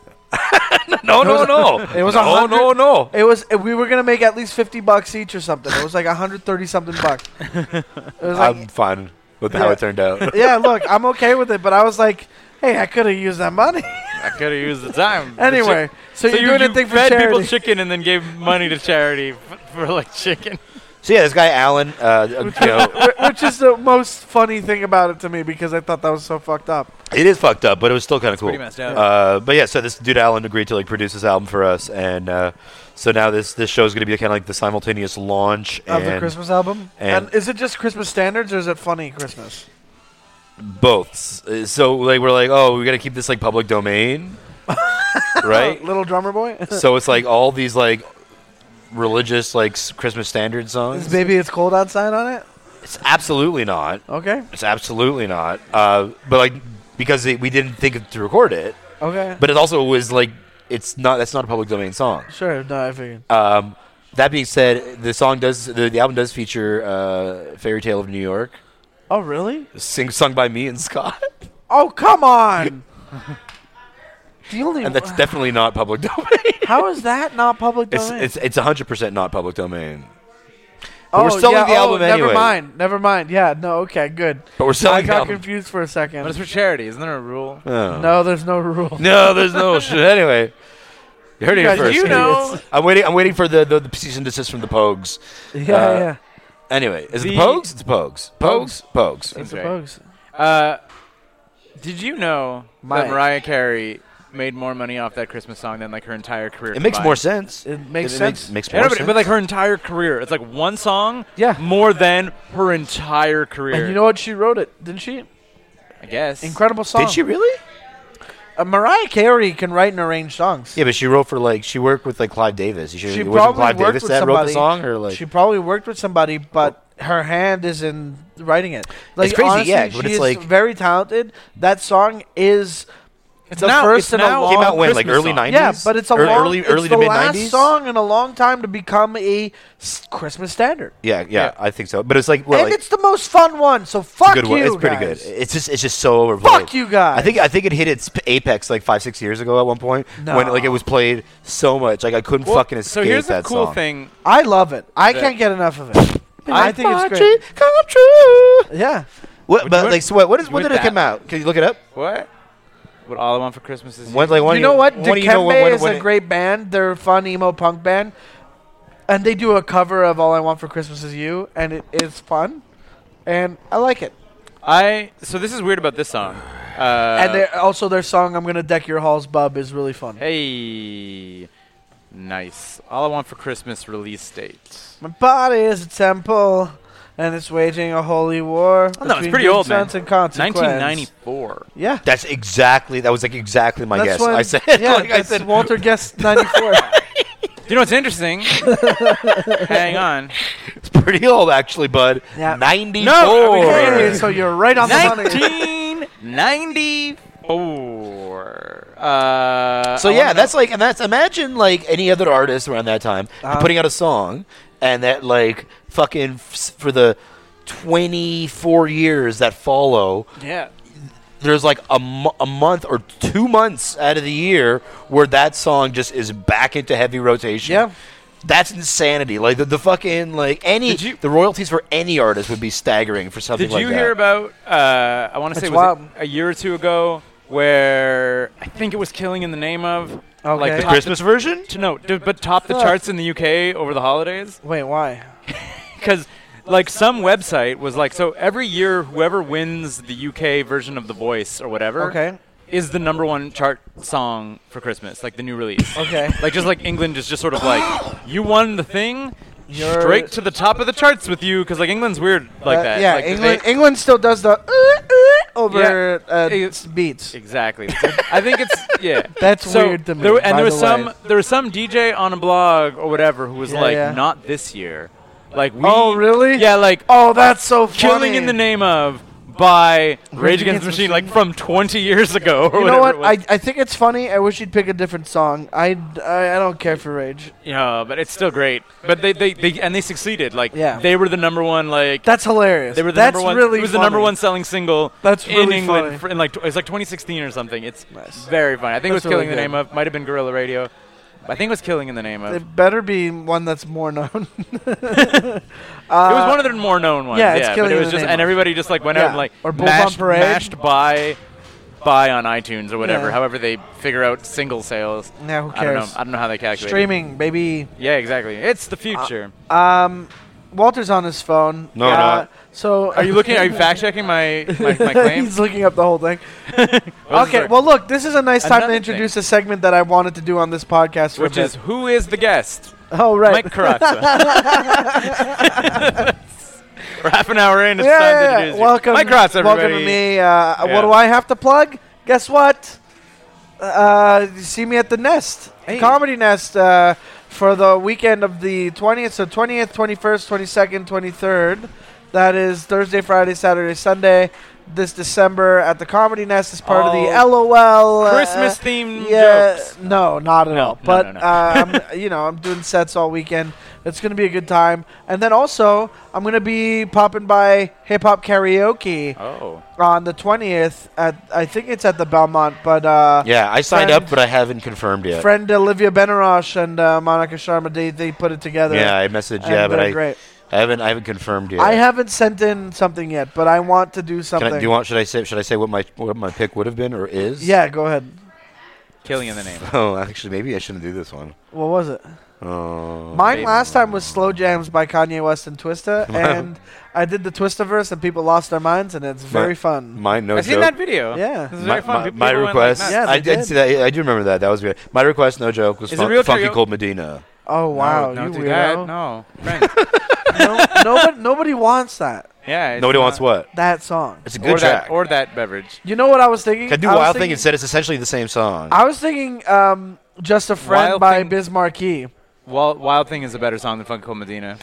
no, no, no.
It was a
no,
hundred-
no, no.
It was eh, we were gonna make at least fifty bucks each or something. It was like hundred thirty something bucks. It was like,
[laughs] I'm fine with how
Yeah.
it turned out.
yeah, look, I'm okay with it, but I was like, hey, I could have used that money. [laughs]
I could have used the time. The
anyway,
chi-
so, you're
you,
doing
you
a thing for
fed
charity.
[laughs] people chicken and then gave money to charity for, for like chicken.
So yeah, this guy Alan, uh,
[laughs]
you know,
Wh- Which is the most funny thing about it to me because I thought that was so fucked up.
it is fucked up, but it was still kind of cool.
pretty messed up.
Uh, but yeah, so this dude Alan agreed to like produce this album for us, and uh, so now this this show is going to be kind of like the simultaneous launch
Of
and
the Christmas album,
and-
and, is it just Christmas standards or is it funny Christmas?
both. S- uh, So like we're like, oh, we got to keep this like
[laughs]
public domain, right?
Uh, Little drummer boy.
so it's like all these like religious like s- Christmas
[laughs]
standard
Is
songs.
Maybe it's cold outside on it.
It's absolutely not.
Okay.
It's absolutely not. Uh, but like because it, we didn't think to record it,
Okay.
but it also was like it's not that's not a public domain song.
sure. No, I figured.
Um, that being said, the song does the, the album does feature uh, "Fairy Tale of New York,"
Oh, really?
sing sung by me and
[laughs]
Scott,
Oh, come on. the only
and that's definitely not
[laughs]
public domain.
how is that not public
It's
domain?
it's it's hundred percent not public domain.
oh,
we're selling
yeah,
the album
oh,
anyway.
Never mind. Never mind. Yeah. No. Okay. Good.
But we're
I
[laughs] selling the
got
album.
confused for a
But it's
second.
for charity. Isn't there a rule?
Oh.
No, there's no
[laughs]
rule. [laughs]
no, there's no shit. Anyway, you heard it here
guys,
first.
you know.
I'm waiting. I'm waiting for the the, the cease and desist from the Pogues.
Yeah.
Uh,
yeah.
Anyway, is it
The-
the Pogues? It's Pogues. Pogues. Pogues.
I
That's right.
suppose.
Uh, did you know
Mike.
that Mariah Carey made more money off that Christmas song than like her entire career?
It makes more sense.
It makes
It
sense.
Makes, makes
Yeah,
more
no, but,
sense.
but like her entire career, it's like one song.
Yeah.
More than her entire career.
And you know what? She wrote it, didn't she?
I guess.
Incredible song.
Did she really?
Uh, Mariah Carey can write and arrange songs.
Yeah, but she wrote for like she worked with like Clive Davis. You sure
She
it wasn't
probably
Clive
worked
Davis
with
that wrote the
somebody.
song or like
She probably worked with somebody, but her hand is in writing it. Like,
It's crazy,
honestly,
yeah, but
she
it's
is
like-
very talented. That song is
It's
the
now-
first
it's
in a
now
long
came out when like
Christmas
early
song.
nineties.
yeah, but it's a long,
early
it's
early
the
to mid
last
nineties.
song in a long time to become a s- Christmas standard,
Yeah, yeah,
Yeah.
I think so. But it's like well,
and
like,
it's the most fun one. So fuck
good
you,
one. It's pretty good.
guys.
It's just it's just so overplayed.
Fuck you guys.
I think I think it hit its p- apex like five six years ago at one point when
No.
like it was played so much like I couldn't
Well,
fucking escape
So here's the
that
cool
song.
thing.
I love it. I
Yeah.
can't get enough of it. I think
My
it's
dream
great.
Come true.
Yeah,
What, but
want-
like so what? What is
want
when did it
that?
come out? Can you look it up?
What? What all I want for Christmas is
When, like, when
you know what?
when do
Dikembe
you know when- when-
is
when
a
it-
great band. They're a fun emo punk band, and they do a cover of "All I Want for Christmas Is You," and it is fun, and I like it.
I. So this is weird about this song. Uh,
and they're, also, their song "I'm Gonna Deck Your Halls, Bub" is really fun.
hey, nice. All I want for Christmas release date.
My body is a temple, and it's waging a holy war.
Oh, no, it's
between
pretty old,
good sons
man.
and consequence.
1994.
Yeah.
That's exactly that was like exactly my
that's
guess.
when-
I said [laughs]
[laughs]
yeah,
like I
that's
said
Walter guessed 94.
You know what's interesting? Hang on.
pretty old actually, bud.
Yeah.
Ninety
[laughs]
four.
Hey, so you're right on the money.
1994. Uh,
So
I
yeah,
wanna
that's like, and that's imagine like any other artist around that time
Uh-huh.
putting out a song, and that like fucking f- for the twenty four years that follow,
know- yeah.
there's like a, mo- a month or two months out of the year where that song just is back into heavy rotation.
Yeah.
That's insanity. Like the, the fucking like any
Did you-
the royalties for any artist would be staggering for something
Did
like
you
that.
hear about? Uh, I want to say
It's
it was
wild.
a year or two ago, where I think it was "Killing in the Name of."
Okay.
Like
The
top
Christmas version?
To, no, d- but top the
Huh.
charts in the UK over the holidays
Wait, why?
because. Like some website was like, so every year, whoever wins the UK version of The Voice or whatever
Okay.
is the number one chart song for Christmas, like the new release.
Okay.
[laughs] Like just like England is just sort of like you won the thing,
You're-
straight to the top of the charts with you because like England's weird like
Uh,
that.
Yeah,
Like, they-
England, England still does the uh, uh, over uh,
Yeah.
s- beats.
Exactly. I think it's [laughs] yeah.
That's
So
weird to me.
There, were- and
by
there
the
was some
way.
there was some DJ on a blog or whatever who was
Yeah,
like,
yeah.
not this year. Like we.
Oh, really?
Yeah, like
Oh, that's so funny.
killing in the name of by Rage Against the Machine, like from 20 years ago or
You
whatever.
know what?
It
I,
was.
I think it's funny. I wish you'd pick a different song. I, I, I don't care for Rage.
yeah, but it's still great. But they, they, they and they succeeded. Like
Yeah.
they were the number one. Like
That's hilarious.
They were the
That's
number one.
really
it was
funny.
the number one selling single.
That's
in
really
England
funny.
fr- in like tw- it was like 2016 or something. It's
Nice.
very funny. I think
That's
it was killing
really
the
good.
name of. Might have been Gorilla Radio. I think it was killing in the name of.
It better be one that's more
[laughs]
known.
it was one of their more known ones.
yeah, it's
but
Killing
it
in
was
the
just
Name
and
of.
everybody just like went out
Yeah.
and like
Or Bulls on
mashed,
Parade.
mashed by by on iTunes or whatever.
Yeah.
However they figure out single sales.
Yeah, who
I don't know.
cares?
I don't know how they calculate. it.
Streaming, baby.
Yeah, exactly. It's the future.
Um, Walter's on his phone.
No,
uh,
not.
So
are you looking? Are
[laughs]
you fact checking my my, my claim?
He's looking up the whole thing.
Well, this is
okay,
our-
well, look, this is a nice time
Another
to introduce a segment that I wanted to do on this podcast. For a
which
bit.
is who is the guest?
oh right, [laughs]
Mike Carazza. [laughs] We're half an hour in. It's time to
yeah,
introduce you.
welcome,
Mike Carazza, everybody.
welcome to me. Uh,
Yeah.
What do I have to plug? Guess what? Uh, see me at the Nest,
Hey.
Comedy Nest, uh, for the weekend of the twentieth, so twentieth, twenty-first, twenty-second, twenty-third. That is Thursday, Friday, Saturday, Sunday. This December at the Comedy Nest as part of the
Oh.
LOL uh,
Christmas themed
yeah,
jokes.
no, not at
No,
all.
no,
But
no, no.
uh, I'm, you know, I'm doing sets all weekend. It's gonna be a good time. And then also, I'm gonna be popping by hip hop karaoke
Oh,
on the 20th. At I think it's at the Belmont, but uh,
Yeah, I signed
Friend-
up, but I haven't confirmed yet.
friend Olivia Benarosh and uh, Monica Sharma they they put it together.
yeah, I messaged.
and
Yeah, but
they're
I,
great.
I haven't. I haven't confirmed yet.
I haven't sent in something yet, but I want to do
Can
something.
I, do you want? Should I say? Should I say what my what my pick would have been or is?
yeah, go ahead.
killing in the name.
[laughs] Oh, actually, maybe I shouldn't do this one.
What was it?
Oh.
Mine
baby.
last time was Slow Jams by Kanye West and
[laughs]
Twista, and I did the Twistaverse, and people lost their minds, and it's very fun.
Mine. No
I've
joke.
seen that video.
Yeah.
It was
my,
very fun.
my-
People
my
went, like,
request.
nuts.
Yeah, they
I did
did.
see that. I do remember that. That was good. My request, no joke, was
Is it
fun,
real
Funky
karaoke?
Cold Medina.
Oh wow,
no,
you
don't do
weirdo!
that. No, Friends.
[laughs]
No- nobody, nobody wants that
yeah. it's
Nobody
not-
wants what?
that song.
It's a
Or
good
that,
track.
or that beverage.
You know what I was thinking?
I do
I was
Wild Thing
thinking,
and said it's essentially the same song.
I was thinking, um, "Just a Friend"
Wild
by E.
Thing-
Biz Markie.
Wild, Wild Thing is a better song than Funky Cold Medina.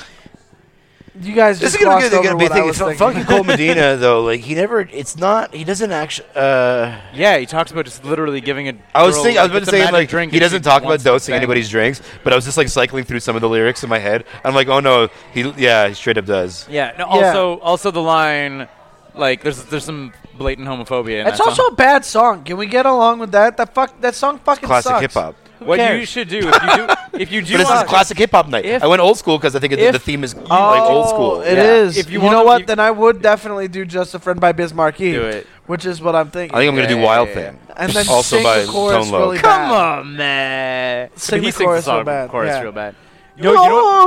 You guys
This
just
is gonna be
glossed
the
over
gonna be
what
thing.
I was
It's not
thinking.
[laughs] Funky Cold Medina though. Like he never. It's not. He doesn't actually. Uh,
Yeah, he talks about just literally giving a.
I was
girl,
thinking. I was about
it's
to
a
say
magic
like
drink
he
and
doesn't
she
talk about
wants to
dosing
bang.
anybody's drinks, but I was just like cycling through some of the lyrics in my head. I'm like, oh no, he yeah, he straight up does.
Yeah. No,
Yeah.
Also, also the line, like there's there's some blatant homophobia. In
It's
that
also
song.
a bad song. Can we get along with that? That fuck, that song fucking
Classic
sucks.
hip hop.
Who
what you
cares?
should do
[laughs]
if you do if you do
But this is
want
classic hip hop night.
if-
I went old school because I think it,
if- oh,
the theme is like old school.
Oh, It is.
Yeah.
If you
you,
wanna-
know what?
you-
then I would definitely do "Just a Friend" by Biz Markie,
Do it.
which is what I'm thinking.
I think I'm gonna do
Yeah,
Wild
yeah,
Thing.
and then
also
sing
by
the chorus
Tone Loc.
really
Come
bad.
on, man.
Sing
he
the
sings
chorus
the song
real bad,
chorus
yeah.
real bad. No, you know what?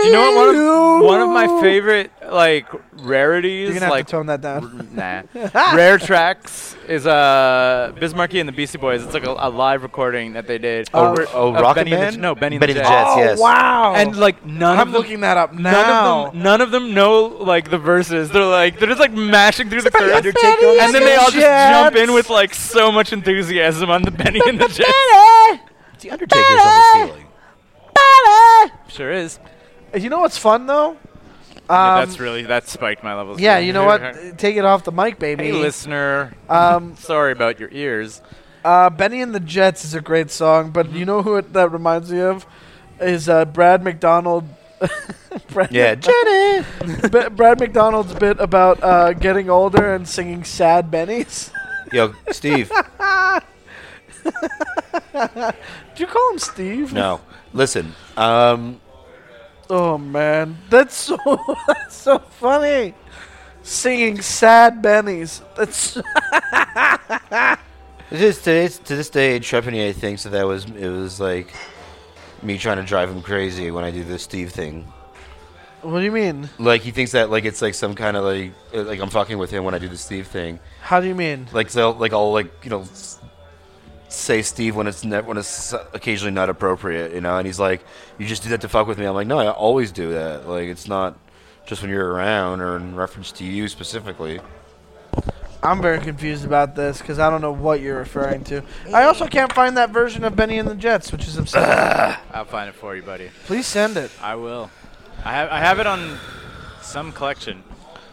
Do you know what? One of, one of my favorite like rarities,
You're gonna have
like
to tone that down.
nah, rare tracks is uh Bismarcky and the Beastie Boys. It's like a, a live recording that they did.
Oh,
Of-
oh,
of
Rocket
Benny and the
Man?
J- no, Benny,
Benny
and the
and the
Jets.
Jets, yes.
wow!
Oh. And like none
I'm
of them,
looking that up now.
none of them, none of them know like the verses. They're like they're just like mashing through the chorus,
Undertaker
and then they all just
Jets.
jump in with like so much enthusiasm on the Benny and the Jets.
It's the Undertaker's on the ceiling.
Sure is.
You know what's fun though? Um,
Yeah,
yeah,
that's really that spiked my levels.
you
[laughs]
know what? Take it off the mic, baby.
Hey, listener.
Um,
Sorry about your ears.
uh, Benny and the Jets is a great song, but
Mm-hmm.
you know who it, that reminds me of is uh, Brad McDonald. [laughs] Brad
Yeah,
Jenny. [laughs] B- Brad McDonald's bit about uh, getting older and singing sad Bennies. [laughs]
Yo,
[laughs]
Steve.
Did you call him Steve?
no, listen. Um,
Oh man, that's so [laughs] that's so funny. Singing sad Bennies. That's [laughs]
This to this, to this day, Trepanier thinks that that was it was like me trying to drive him crazy when I do the Steve thing.
what do you mean?
Like he thinks that like it's like some kind of like uh, like I'm fucking with him when I do the Steve thing.
How do you mean?
Like so, like I'll like you know s- say Steve when it's ne- when it's occasionally not appropriate, you know. And he's like, "You just do that to fuck with me." I'm like, "No, I always do that. Like it's not just when you're around or in reference to you specifically."
I'm very confused about this because I don't know what you're referring to. I also can't find that version of Benny and the Jets, which is
[laughs]
upsetting.
I'll find it for you, buddy.
Please send it.
I will. I have I have it on some collection.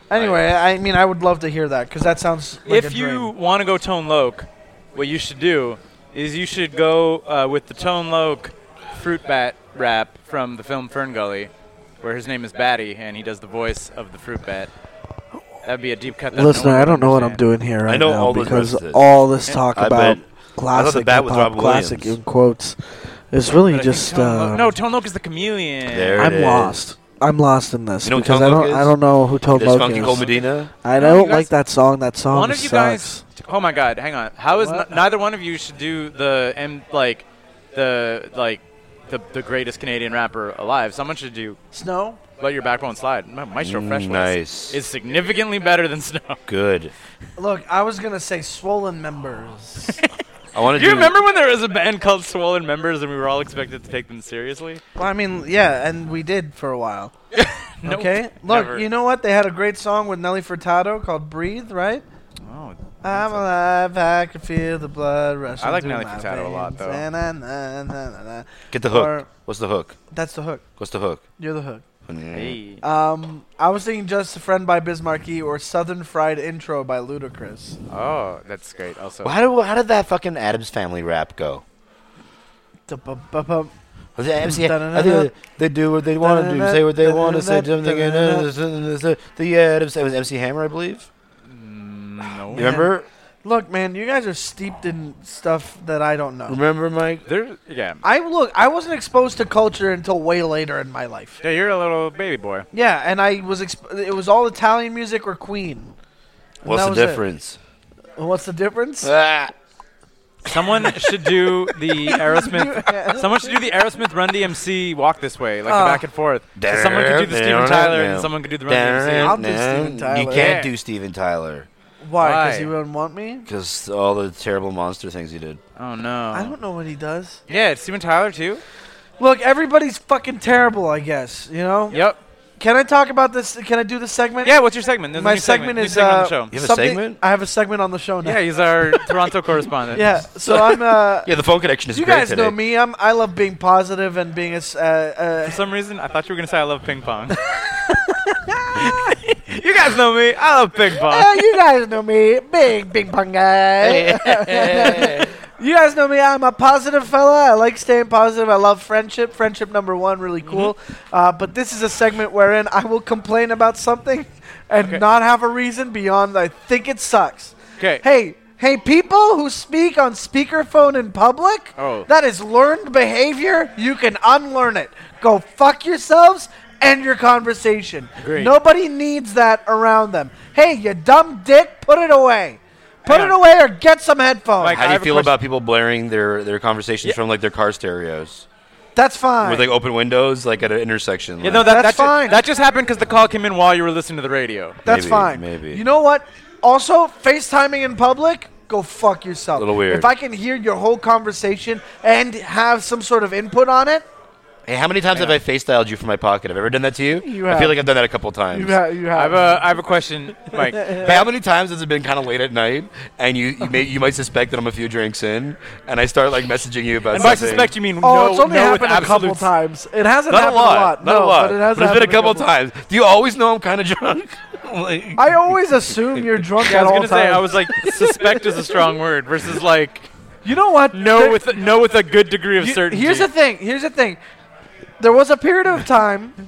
Anyway, I mean, I would love to hear that because that sounds. Like
if
a
you
dream.
want to go Tone Loc, what you should do is you should go uh, with the Tone Loc fruit bat rap from the film Fern Gully, where his name is Batty and he does the voice of the fruit bat. That'd be a deep cut. that no
listener,
one
I
would
don't know what I'm
understand.
doing here right
know
now
all the
because
rest of this.
all this talk
I
about
bet.
classic
bat
hip
was
hop,
Rob
classic
Williams.
in quotes, is really
But I think
just.
Tone Loc-
Uh,
no, Tone Loc is the chameleon.
There it
I'm
is.
lost. I'm lost in this
You know what
because I
Tone
don't.
Loc
I
is?
don't know who Tone
This
Loc
Funky Cold
is.
Medina.
I
No, you
don't
guys-
like that song. That song.
one of you
Oh, sucks.
guys oh my god hang on how is
What?
n- neither one of you should do the m like the like the, the greatest canadian rapper alive someone should do
Snow.
let your backbone slide Ma- maestro
Mm,
fresh
nice.
is significantly better than
[laughs]
snow
Good.
Look, I was gonna say swollen [laughs] members.
I want to
do you remember when there was a band called swollen members and we were all expected to take them seriously
well, I mean, yeah, and we did for a while.
Nope,
okay. Look,
never.
you know what? They had a great song with Nelly Furtado called "Breathe," right?
oh
I'm alive. I can feel the blood rushing.
I like
through
Nelly
my
Furtado a lot,
veins.
though.
Na, na, na, na, na.
Get the hook.
Or-
What's the hook?
That's the hook.
What's the hook?
You're the hook.
hey.
Um, I was thinking "Just a Friend" by Bismarcky or "Southern Fried Intro" by Ludacris.
oh that's great also
Well, how, did, how did that fucking Adams Family rap go?
Da-ba-ba-bum.
Was it [laughs] MC?
Da-da-da-da.
I think they do what they want to do, say what they want to say, something. and The Adams. It was MC Hammer, I believe.
no
You remember?
Look, man, you guys are steeped in stuff that I don't know.
Remember, Mike?
there yeah
I look, I wasn't exposed to culture until way later in my life.
yeah you're a little baby boy
Yeah, and I was exp- it was all Italian music or Queen. And
What's
that
the
was it.
difference?
What's the difference?
Ah,
Someone should do
[laughs]
the Aerosmith. someone should do the Aerosmith Run DMC walk this way, like
Oh.
the back and forth. So someone could do the Steven Tyler, and someone could do the Run DMC.
I'll do Steven
You
Tyler.
can't do Steven Tyler
Why? Because
Why?
he wouldn't want me.
because all the terrible monster things he did.
Oh no!
I don't know what he does.
yeah, it's Steven Tyler too.
Look, everybody's fucking terrible. I guess you know.
Yep.
Can I talk about this? Can I do this segment?
Yeah. What's your segment? There's a
My
new
segment,
new
is
segment
uh,
on the
You have a
something-
segment?
I have a segment on the show
show.
now.
Yeah, he's
[laughs]
our Toronto correspondent.
Yeah, So I'm.
[laughs]
Uh,
Yeah, the phone connection is
you
great
guys
today.
know me. I'm. I love being positive and being as. Uh,
For
uh,
some reason, I thought you were gonna say I love ping pong. [laughs] you guys know me. I love ping
Uh,
pong.
[laughs] you guys know me, big ping pong guy. [laughs] you guys know me. I'm a positive fella. I like staying positive. I love friendship. Friendship number one, really
Mm-hmm.
cool. Uh, but this is a segment wherein I will complain about something and
Okay.
not have a reason beyond I think it sucks.
Okay.
Hey, hey, people who speak on speakerphone in public.
Oh.
That is learned behavior. You can unlearn it. Go fuck yourselves. and your conversation.
Agreed.
Nobody needs that around them. Hey, you dumb dick, put it away. Put
Hang
it
on.
away or get some headphones.
Mike,
How
I
do you
have a
feel
question.
about people blaring their, their conversations from like their car stereos
That's fine.
with like open windows, like at an intersection?
Yeah,
like-
no, that,
That's
that ju-
fine.
that just happened because the call came in while you were listening to the radio.
That's
Maybe,
fine.
maybe.
You know what? Also, FaceTiming in public, go fuck yourself.
Little weird.
If I can hear your whole conversation and have some sort of input on it,
Hey, how many times have I face dialed you from my pocket? Have I ever done that to you?
You
I
have.
feel like I've done that a couple times.
you, ha- you
I have
have.
a I have
[laughs]
a question, Mike.
Hey, how many times has it been kind of late at night, and you you, may, you might suspect that I'm a few drinks in, and I start like messaging you about
And by
something.
suspect, you mean
oh,
no,
it's only
no with
happened a couple
absolutes.
times. It hasn't
Not a
happened
lot, not
no,
a lot,
but it has
has been a
happened
couple,
couple
times. Do you always know I'm kind of [laughs] drunk? Like-
I always assume
[laughs]
you're drunk
Yeah, I
at
was
all
gonna say
times.
I was like suspect is
[laughs]
a strong word versus like
you know what?
no
There-
with a, no with a good degree of
You-
certainty.
Here's the thing. Here's the thing. There was a period of time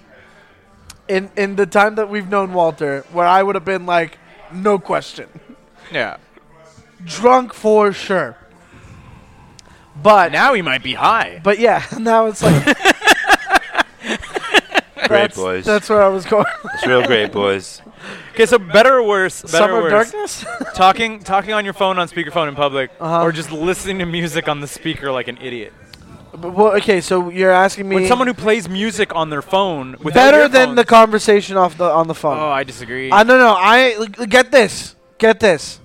in in the time that we've known Walter where I would have been like, no question,
yeah.
drunk for sure. But
Now he might be high.
but yeah, [laughs] now it's like
great boys.
that's where I was going.
it's real great boys.
Okay, so better or worse? Better or
Summer of
worse?
darkness. [laughs]
Talking talking on your phone on speakerphone in public,
Uh-huh.
or just listening to music on the speaker like an idiot.
But, well, okay, so you're asking me
When someone who plays music on their phone with
better than the conversation off the on the phone.
Oh, I disagree.
I no no. I like, get this. Get this.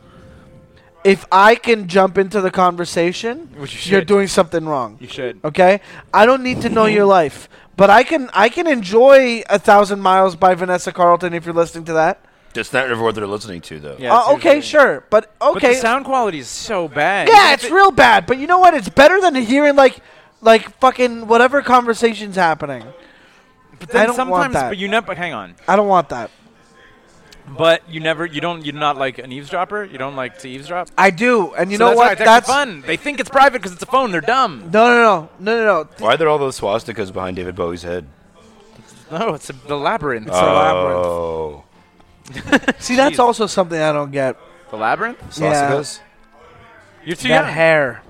If I can jump into the conversation,
Which you
you're
should.
doing something wrong.
you should.
Okay, I don't need to know
[laughs]
your life, but I can I can enjoy a thousand miles by Vanessa Carlton if you're listening to that.
That's not ever what they're listening to, though.
Yeah, it's
Uh, okay,
usually-
sure, but
But
okay.
the sound quality is so bad.
Yeah, it's real bad. But you know what? It's better than hearing like like fucking whatever conversations happening.
But then
I don't
sometimes,
want that.
but you never. But hang on.
I don't want that.
But you never. You don't. You're not like an eavesdropper. You don't like to eavesdrop.
I do, and you
So
know
that's why
what?
it's extra fun. They think it's private because it's a phone. They're dumb.
no, no, no, no, no, no.
Why are there all those swastikas behind David Bowie's head?
No, it's a, the labyrinth.
It's a labyrinth.
Oh,
See, that's
jeez.
also something I don't get.
The labyrinth.
swastikas.
You're too
That
young.
hair.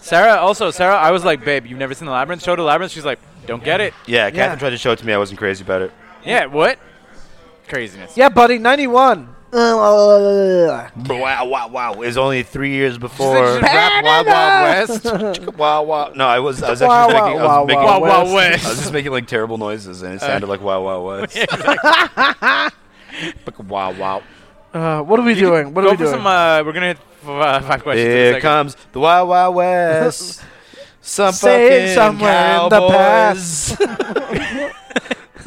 Sarah. Also, Sarah. I was like, babe, you've never seen the labyrinth. Showed the labyrinth. She's like, don't get it.
Yeah, Catherine
Yeah.
tried to show it to me. I wasn't crazy about it.
Yeah. What? Craziness.
Yeah, buddy, ninety-one. Wow,
Wow, wow, wow! It was only three years
Just think
before.
you should rap Wild Wild West.
[laughs]
wow, wow! No, I was, I was actually just making, I was making,
Wild Wild
I was
West.
just making like terrible noises,
Uh,
and it sounded like wow,
[laughs]
wow, west. Like, wow, wow!
Uh, what are we doing? What
Go
are we
for
doing?
some. Uh, we're gonna hit f- uh, five questions. in a
Here
second.
comes the wild,
[laughs]
wild west. Some
Saved
fucking
somewhere in the
cowboys.
past.
[laughs]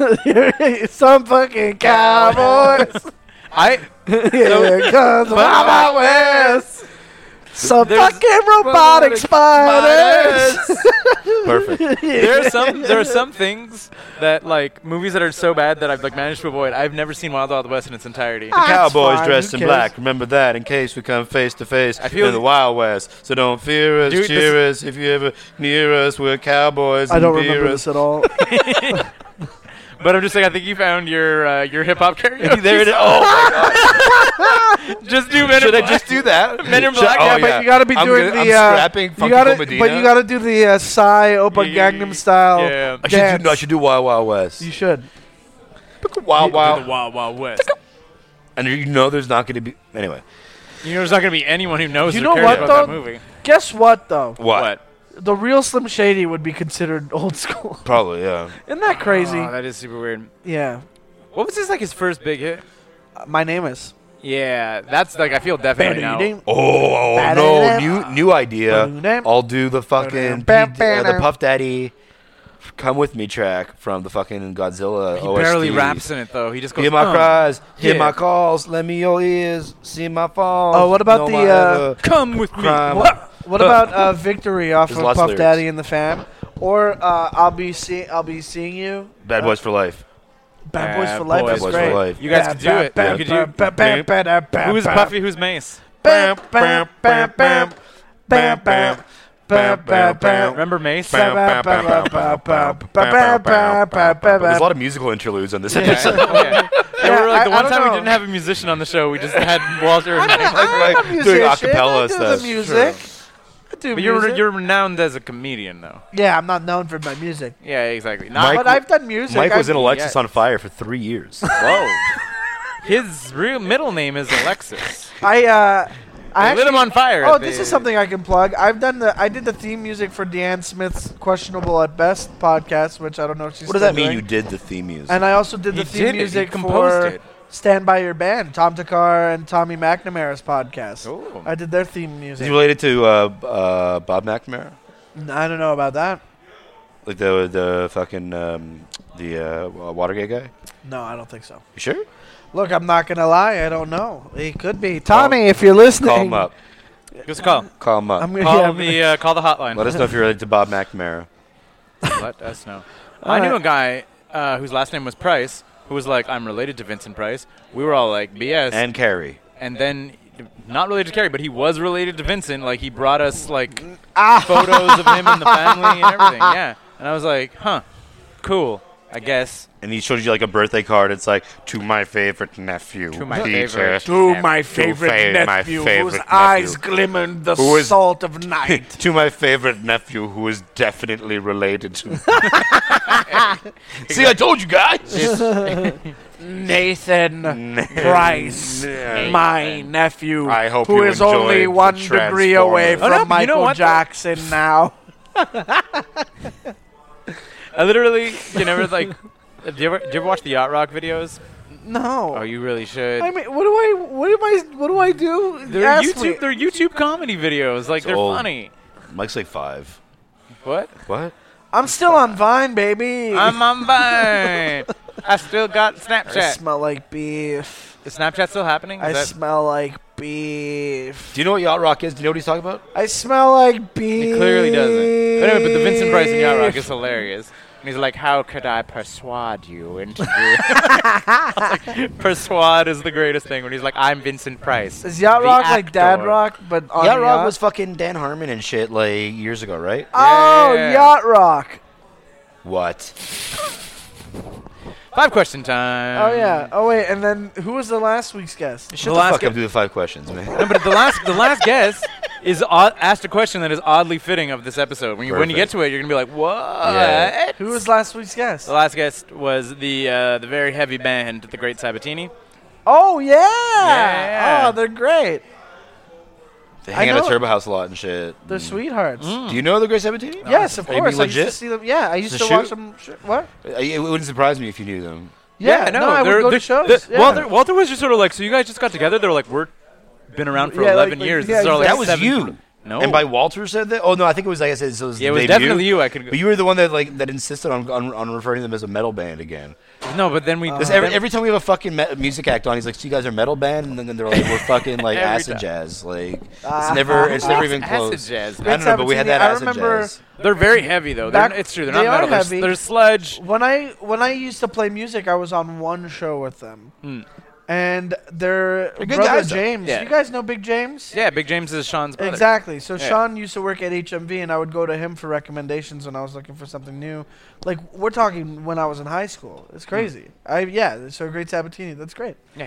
uh,
[laughs] some fucking
[laughs]
cowboys.
I.
Here comes Wild Wild West. Some
There's
fucking robotic spiders. [laughs]
[laughs] Perfect.
There are some. There are some things that like movies that are so bad that I've like managed to avoid. I've never seen Wild Wild West in its entirety.
Ah. That's
Cowboys
fine,
dressed
who
in
cares?
black. Remember that in case we come face to face
I feel-
in the Wild West. So don't fear us,
Dude,
cheer us. If you ever near us, we're cowboys
I
and
don't
beer
remember
us.
this at
[laughs]
all.
But I'm just like I think you found your uh, your hip hop karaoke.
[laughs]
[laughs]
there it is. Oh my
song. [laughs] Just do Men in
god! Should I
Black.
just do that?
Men in
Should-
Black,
oh,
yeah,
but you gotta be
I'm
doing
gonna-
the.
I'm
uh,
scrapping
you
Funky
gotta,
Medina.
but you gotta do the uh, Psy Opa
Yeah, yeah, yeah.
Gangnam style.
Yeah.
I should, do, no, I
dance.
should do Wild Wild West.
You should.
Wild
The
Wild,
Wild Wild West.
and you know there's not going to be anyway.
You know, there's not gonna be anyone who knows.
You
or
know
cares
what,
about
though?
That movie.
Guess what though?
What?
The real Slim Shady would be considered old school.
Probably, yeah.
Isn't that crazy?
Oh, that is super weird.
yeah.
What was this like his first big hit?
Uh, My name is.
Yeah, that's like I feel definitely now.
Ding.
Oh, oh no, new new idea.
Ba-da-da.
I'll do the fucking P- uh, the Puff Daddy "Come With Me" track from the fucking Godzilla.
He
OST.
barely raps in it though. He just goes.
Hear my
"Uh,
cries, hear
yeah.
my calls, lend me your ears, see my falls.
Oh, what about
know
the,
my
uh,
other
Come with me.
crime."
What about uh, Victory off
There's
of
lots of
Puff
lyrics.
Daddy and the Fam? Or uh, I'll be see- I'll be seeing you.
Bad Boys for Life?
Bad Boys
Bad
for Life
Boys
is
for
great.
Life.
You guys could do it. You could do- Who is Puffy? Who's Mace?
Bam, bam, bam, bam, bam, bam, bam, bam, bam.
Remember Mace?
Bam, bam, bam, bam, bam, bam, bam, bam, bam, bam,
There's
bam.
a lot of musical interludes on this
Yeah. [laughs]
episode. [laughs]
yeah.
Yeah,
we're like
I-
the
I
one
don't
time we
know.
didn't have a musician on the show. We just [laughs] had Walter. and Mace.
like,
I'm a
doing
musician.
acapella
I do
stuff.
the music. I do
But you're
music.
you're renowned as a comedian though.
yeah, I'm not known for my music.
Yeah, exactly.
Mike-
Not
but I've done music.
Mike was
I've-
in Alexis
yeah.
on Fire for three years.
whoa. His real middle name is Alexis.
I uh, I
I lit him
actually,
on fire.
Oh,
at
this
the-
is something I can plug. I've done the I did the theme music for Deanne Smith's questionable at best podcast, which I don't know if she's.
what does
still
that mean?
doing.
You did the theme music.
and I also did
He
the
did
theme
it. He
music
composed
for
it.
Stand by Your Band, Tom Takar and Tommy McNamara's podcast.
Ooh.
I did their theme
Is
music.
he related to uh, uh, Bob McNamara?
I don't know about that.
Like the the fucking um, the uh, Watergate guy?
No, I don't think so.
You sure?
Look, I'm not gonna lie. I don't know. It could be Tommy if you're listening.
Call him up.
Just [laughs] call.
Call him up.
I'm gonna.
Call
yeah, I'm gonna-
the uh, call the hotline.
[laughs]
Let us know if you're related to Bob McNamara.
[laughs] Let us know. I knew a guy uh, whose last name was Price, who was like, "I'm related to Vincent Price." We were all like, "BS."
And Carrie.
and then not related to Carrie, but he was related to Vincent. Like he brought us like [laughs] Ah. photos of him and the family and everything. Yeah, and I was like, huh, cool. I guess
And he showed you like a birthday card. It's like to my favorite nephew,
To my
Peter.
favorite
To my
favorite fa- my nephew, whose favorite nephew. eyes
eyes glimmered the
Who is-
salt of
[laughs]
night.
to my favorite nephew, who is definitely related
[laughs]
to. See, I told you guys.
Nathan
[laughs]
Price, my nephew,
I hope
who
you
is only
enjoyed
one
the
degree away
Transformers.
from
Oh, no, you know
Michael
what, though?
Jackson
[laughs]
now.
I literally you never like. [laughs] Do you ever do you ever watch the yacht rock videos?
No,
Oh, you really should.
I mean, what do I? What am I? What do I do?
they're
Ask
YouTube.
me.
They're YouTube comedy videos. Like they're
old.
funny.
Mike's like five.
[laughs] What?
What?
I'm still on Vine, baby.
I'm on Vine. I still got Snapchat.
I smell like beef.
Is Snapchat still happening? Is
I
that-
smell like beef.
Do you know what Yacht Rock is? Do you know what he's talking about?
I smell like beef.
It clearly doesn't. But anyway, but the Vincent Price in Yacht Rock is hilarious. And he's like, "How could I persuade
[laughs]
you into?" I was like, [laughs] persuade is the greatest thing. When he's like, "I'm Vincent Price."
Is Yacht
the
Rock like Dad
actor."
Rock, but on
Yacht Uh,
the
Rock was fucking Dan Harmon and shit like years ago, right?
Oh,
Yeah.
Yacht Rock.
What?
Five question time.
Oh yeah. Oh wait, and then who was the last week's guest?
Shut the,
last
fuck
guy-
up. Do the five questions, man.
No, but the last the last guess is odd, asked a question that is oddly fitting of this episode. When you when you get
Perfect.
to it, you're gonna be like, "What?"
Yeah.
Who was last week's guest?
the last guest was the uh, the very heavy band, the Great Sabatini.
Oh yeah.
Yeah.
Oh, they're great.
They hang out
know-
at Turbo House a lot and shit.
They're
Mm.
sweethearts.
Do you know the Great Seventeen?
Yes, of
Are you being
course. I used
legit?
to see them. Yeah, I used
It's a
to watch
shoot?
them. Sh- what?
It wouldn't surprise me if you knew them.
Yeah, no, I
they're-
would go
they're-
to shows.
the-
yeah.
Walter, Walter was just sort of like, so you guys just got together. They were like, we're been around for
Yeah, like-
11
like-
years.
yeah,
this is our, like,
Oh, That was
seventh-
you.
No,
And by Walter said that? Oh no, I think it was like I said. So it was,
yeah, it was
debut.
definitely you. I could.
But you were the one that like that insisted on on, on referring to them as a metal band again.
no, but then we.
Uh,
Because every, every time we have a fucking me- music act on, he's like, "So you guys are metal band?" And then they're like, "We're fucking
[laughs]
like
Every
acid
time.
jazz." Like it's never it's never even close.
jazz.
I don't know, but we had that
I
acid
remember-
jazz.
They're very heavy though. They're,
Back-
n- it's true. They're
they
not
are
metal. They're,
heavy.
s- they're sludge.
When I when I used to play music, I was on one show with them,
Hmm.
and their
They're good
brother
guys, though.
James.
Yeah.
You guys know Big James?
Yeah, Big James is Sean's brother.
Exactly. So
Yeah.
Sean used to work at HMV, and I would go to him for recommendations when I was looking for something new. Like we're talking when I was in high school. It's crazy. I yeah. So great Sabatini. That's great.
Yeah,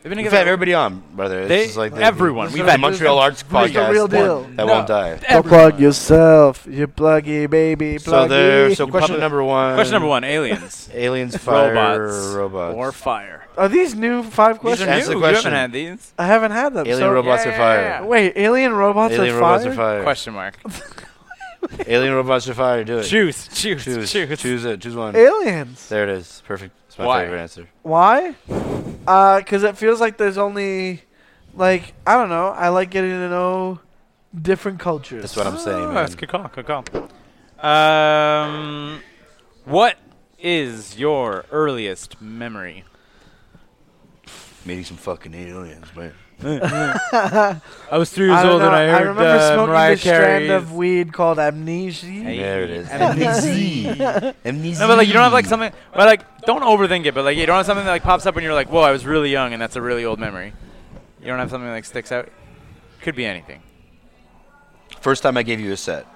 they've been
We've
together.
had everybody on, brother. This
They-
is like the-
everyone.
the
We've had-
Montreal Arts
Who's the
podcast
real
one
deal?
that
No.
won't die.
Go plug yourself, you pluggy baby. Pluggy.
So there. So question
probably-
number one.
Question number one: Aliens,
Aliens, fire,
robots,
robots.
or fire.
are these new five
These
questions?
are new.
Answer the
You
question.
haven't had these.
I haven't had them.
Alien
so-
robots
Yeah.
are fire.
Wait, alien robots
Alien
are
robots
fire.
are fire.
Question mark.
[laughs] Alien robots are fire. Do it.
Choose, choose,
Choose.
choose.
Choose it. Choose one.
Aliens.
There it is. Perfect. It's my
Why?
favorite answer.
Why? Uh, cause it feels like there's only, like I don't know. I like getting to know different cultures.
That's what I'm saying,
Oh,
man.
That's good call. Good call. Um, what is your earliest memory?
Meeting some fucking aliens, man.
I uh, was three
I don't know. remember smoking this strand of weed called amnesia. [laughs]
Hey.
There it is. E
Amnesia.
[laughs] Amnesia. Amnesia.
No, but like you don't have like something. But like don't overthink it. But like you don't have something that like pops up when you're like, whoa, I was really young, and that's a really old memory. You don't have something that like, sticks out. Could be anything.
First time I gave you a set.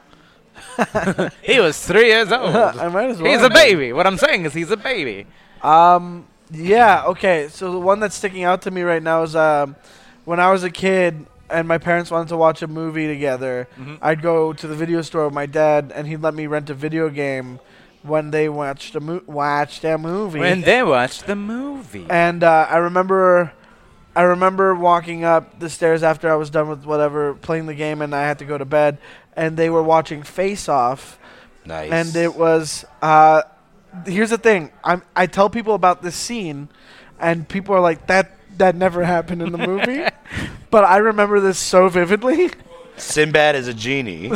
He was three years
[laughs] I
old.
might as well.
he's a baby. What I'm saying is he's a baby.
Um. Yeah. Okay. So the one that's sticking out to me right now is um, when I was a kid and my parents wanted to watch a movie together.
Mm-hmm.
I'd go to the video store with my dad, and he'd let me rent a video game when they watched a mo- watched a movie.
When they watched the movie.
and uh, I remember. I remember walking up the stairs after I was done with whatever playing the game, and I had to go to bed. And they were watching Face Off,
Nice.
and it was uh, here's the thing I'm, i tell people about this scene and people are like that that never happened in the movie but i remember this so vividly
Sinbad is a
[laughs]
genie.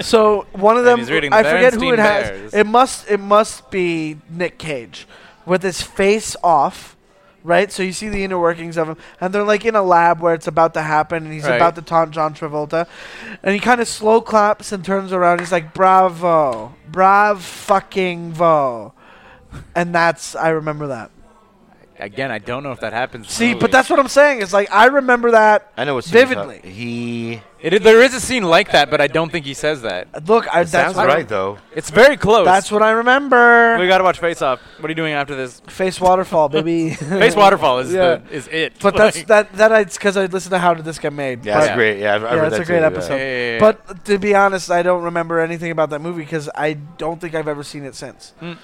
so one of
And
them
he's reading
i
the
forget who
Berenstain
it
Bears.
has it must it must be nick cage with his face off Right, so you see the inner workings of him, and they're like in a lab where it's about to happen, and he's
Right.
about to taunt John Travolta, and he kind of slow claps and turns around. He's like, "Bravo, brav fucking vo," and that's I remember that.
Again, I don't know if that happens. in the
See,
movie.
but that's what I'm saying. It's like I remember that.
I know what scene you're
Vividly.
talking- He.
It, there is a scene like that, but I don't think he says that.
Look, I, that's
Sounds
what
right though.
It's very close.
that's what I
we
remember.
gotta watch Face Off. What are you doing after
[laughs]
this?
Face waterfall, baby.
[laughs] Face Waterfall is
Yeah.
the, is it. [laughs]
But that's
Like-
that. That it's because I listened to How Did This Get Made.
Yeah, that's
Yeah.
great. Yeah, I've, I've
but, yeah
heard
it's
that
a great
too, yeah.
episode.
Yeah, yeah, yeah.
But to be honest, I don't remember anything about that movie because I don't think I've ever seen it since.
Mm.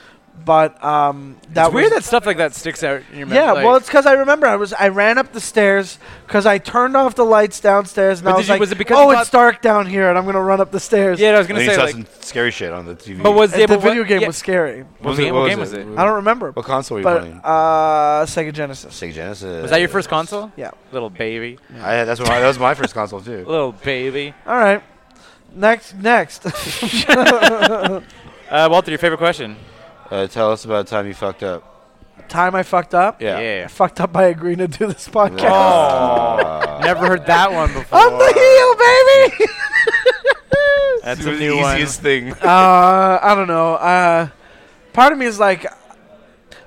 But um, that
it's weird
was-
that stuff like that sticks out in your memory.
yeah,
like-
well, it's because I remember I was I ran up the stairs because I turned off the lights downstairs and
But
I
did
was
you-
like,
was it because
"Oh,
you
it's
thought-
dark down here, and I'm gonna run up the stairs."
yeah, I was
And
gonna
he
say
saw
like,
some scary shit on the TV.
but was
And
yeah,
the
but
video
what,
game
yeah.
was scary.
What game- what game was it?
I don't remember,
What console were you
but
playing?
uh, Sega Genesis.
Sega Genesis.
Was that your first console?
Yeah.
Little baby,
I, had- that's what my, that was my first
[laughs]
console too.
little baby.
All right. Next,
[laughs]
next. [laughs]
Uh, Walter, your favorite question?
Uh, tell us about the time you fucked up.
time I fucked up,
Yeah.
Yeah.
I fucked up by agreeing to do this podcast.
Oh, never heard that [laughs] one before.
I'm the heel, baby. [laughs]
That's
It
a
was
new
the
one.
easiest thing.
uh, I don't know. Uh, part of me is like,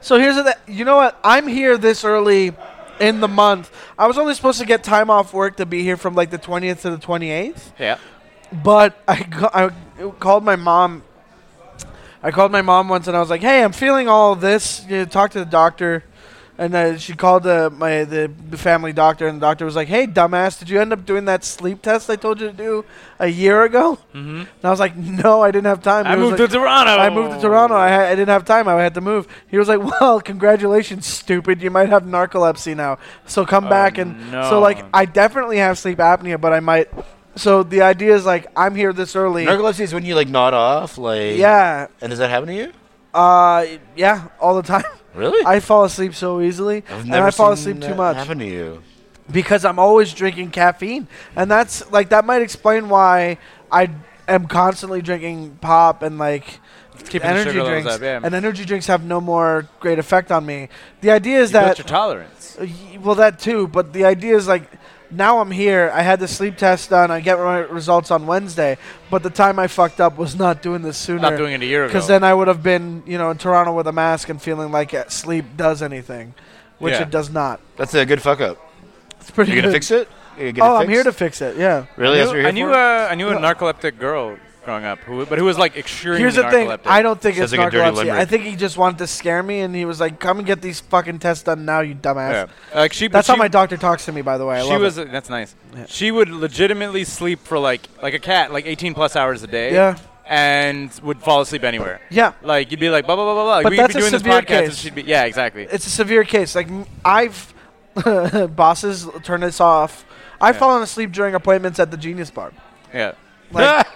so here's the. You know what? I'm here this early in the month. I was only supposed to get time off work to be here from like the 20th to the 28th.
Yeah.
But I, ca- I called my mom. I called my mom once and I was like, "Hey, I'm feeling all this. You know, talk to the doctor." And uh, she called the my the the family doctor, and the doctor was like, "Hey, dumbass, did you end up doing that sleep test I told you to do a year ago?" Mm-hmm. And I was like, "No, I didn't have time."
I
He was
moved
like-
to
[laughs]
Toronto.
I moved to Toronto. I, ha- I didn't have time. I had to move. He was like, [laughs] "Well, congratulations, stupid. You might have narcolepsy now. So come back and so
no.
like I definitely have sleep apnea, but I might. So the idea is like I'm here this early.
Narcolepsy is when you like nod off, like
yeah,
And does that happen to you?
uh, yeah, all the time. [laughs]
Really?
I fall asleep so easily,
I've
and
never
I fall
seen
asleep too
that
much
Happen to you?
because I'm always drinking caffeine, and that's like that might explain why I am constantly drinking pop and like
Keeping the
energy
sugar levels
drinks,
up, yeah.
and energy drinks have no more great effect on me. The idea is
You
that
built your tolerance.
Uh, y- Well, that too, but the idea is like now I'm here. I had the sleep test done. I get my results on Wednesday, but the time I fucked up was not doing this sooner.
Not doing it a year ago.
because then I would have been, you know, in Toronto with a mask and feeling like uh, sleep does anything, which
Yeah.
it does not.
That's a good fuck up.
It's pretty.
You're
good. [laughs]
gonna fix it? You're gonna get
Oh,
it
I'm here to
fixed?
fix it. Yeah.
Really? That's what you're
I
here
knew
for?
uh, I knew a narcoleptic girl growing up, who but who was like extremely
Here's the thing.
narcoleptic.
I don't think
Sounds
it's
like a dirty
narcolepsy.
limerick.
I think he just wanted to scare me, and he was like, "Come and get these fucking tests done now, you dumbass."
Yeah. Uh, Like she.
That's
she,
how my doctor talks to me, by the way. I
She
love
was.
it.
That's nice. She would legitimately sleep for like like a cat, like 18 plus hours a day.
Yeah.
And would fall asleep anywhere.
Yeah.
Like you'd be like blah blah blah blah blah.
But
we
that's
could be
a
doing this
severe
podcast and
case.
she'd be yeah exactly.
it's a severe case. Like m- I've [laughs] bosses turn this off. I've fallen asleep during appointments at the Genius Bar,
yeah.
Like-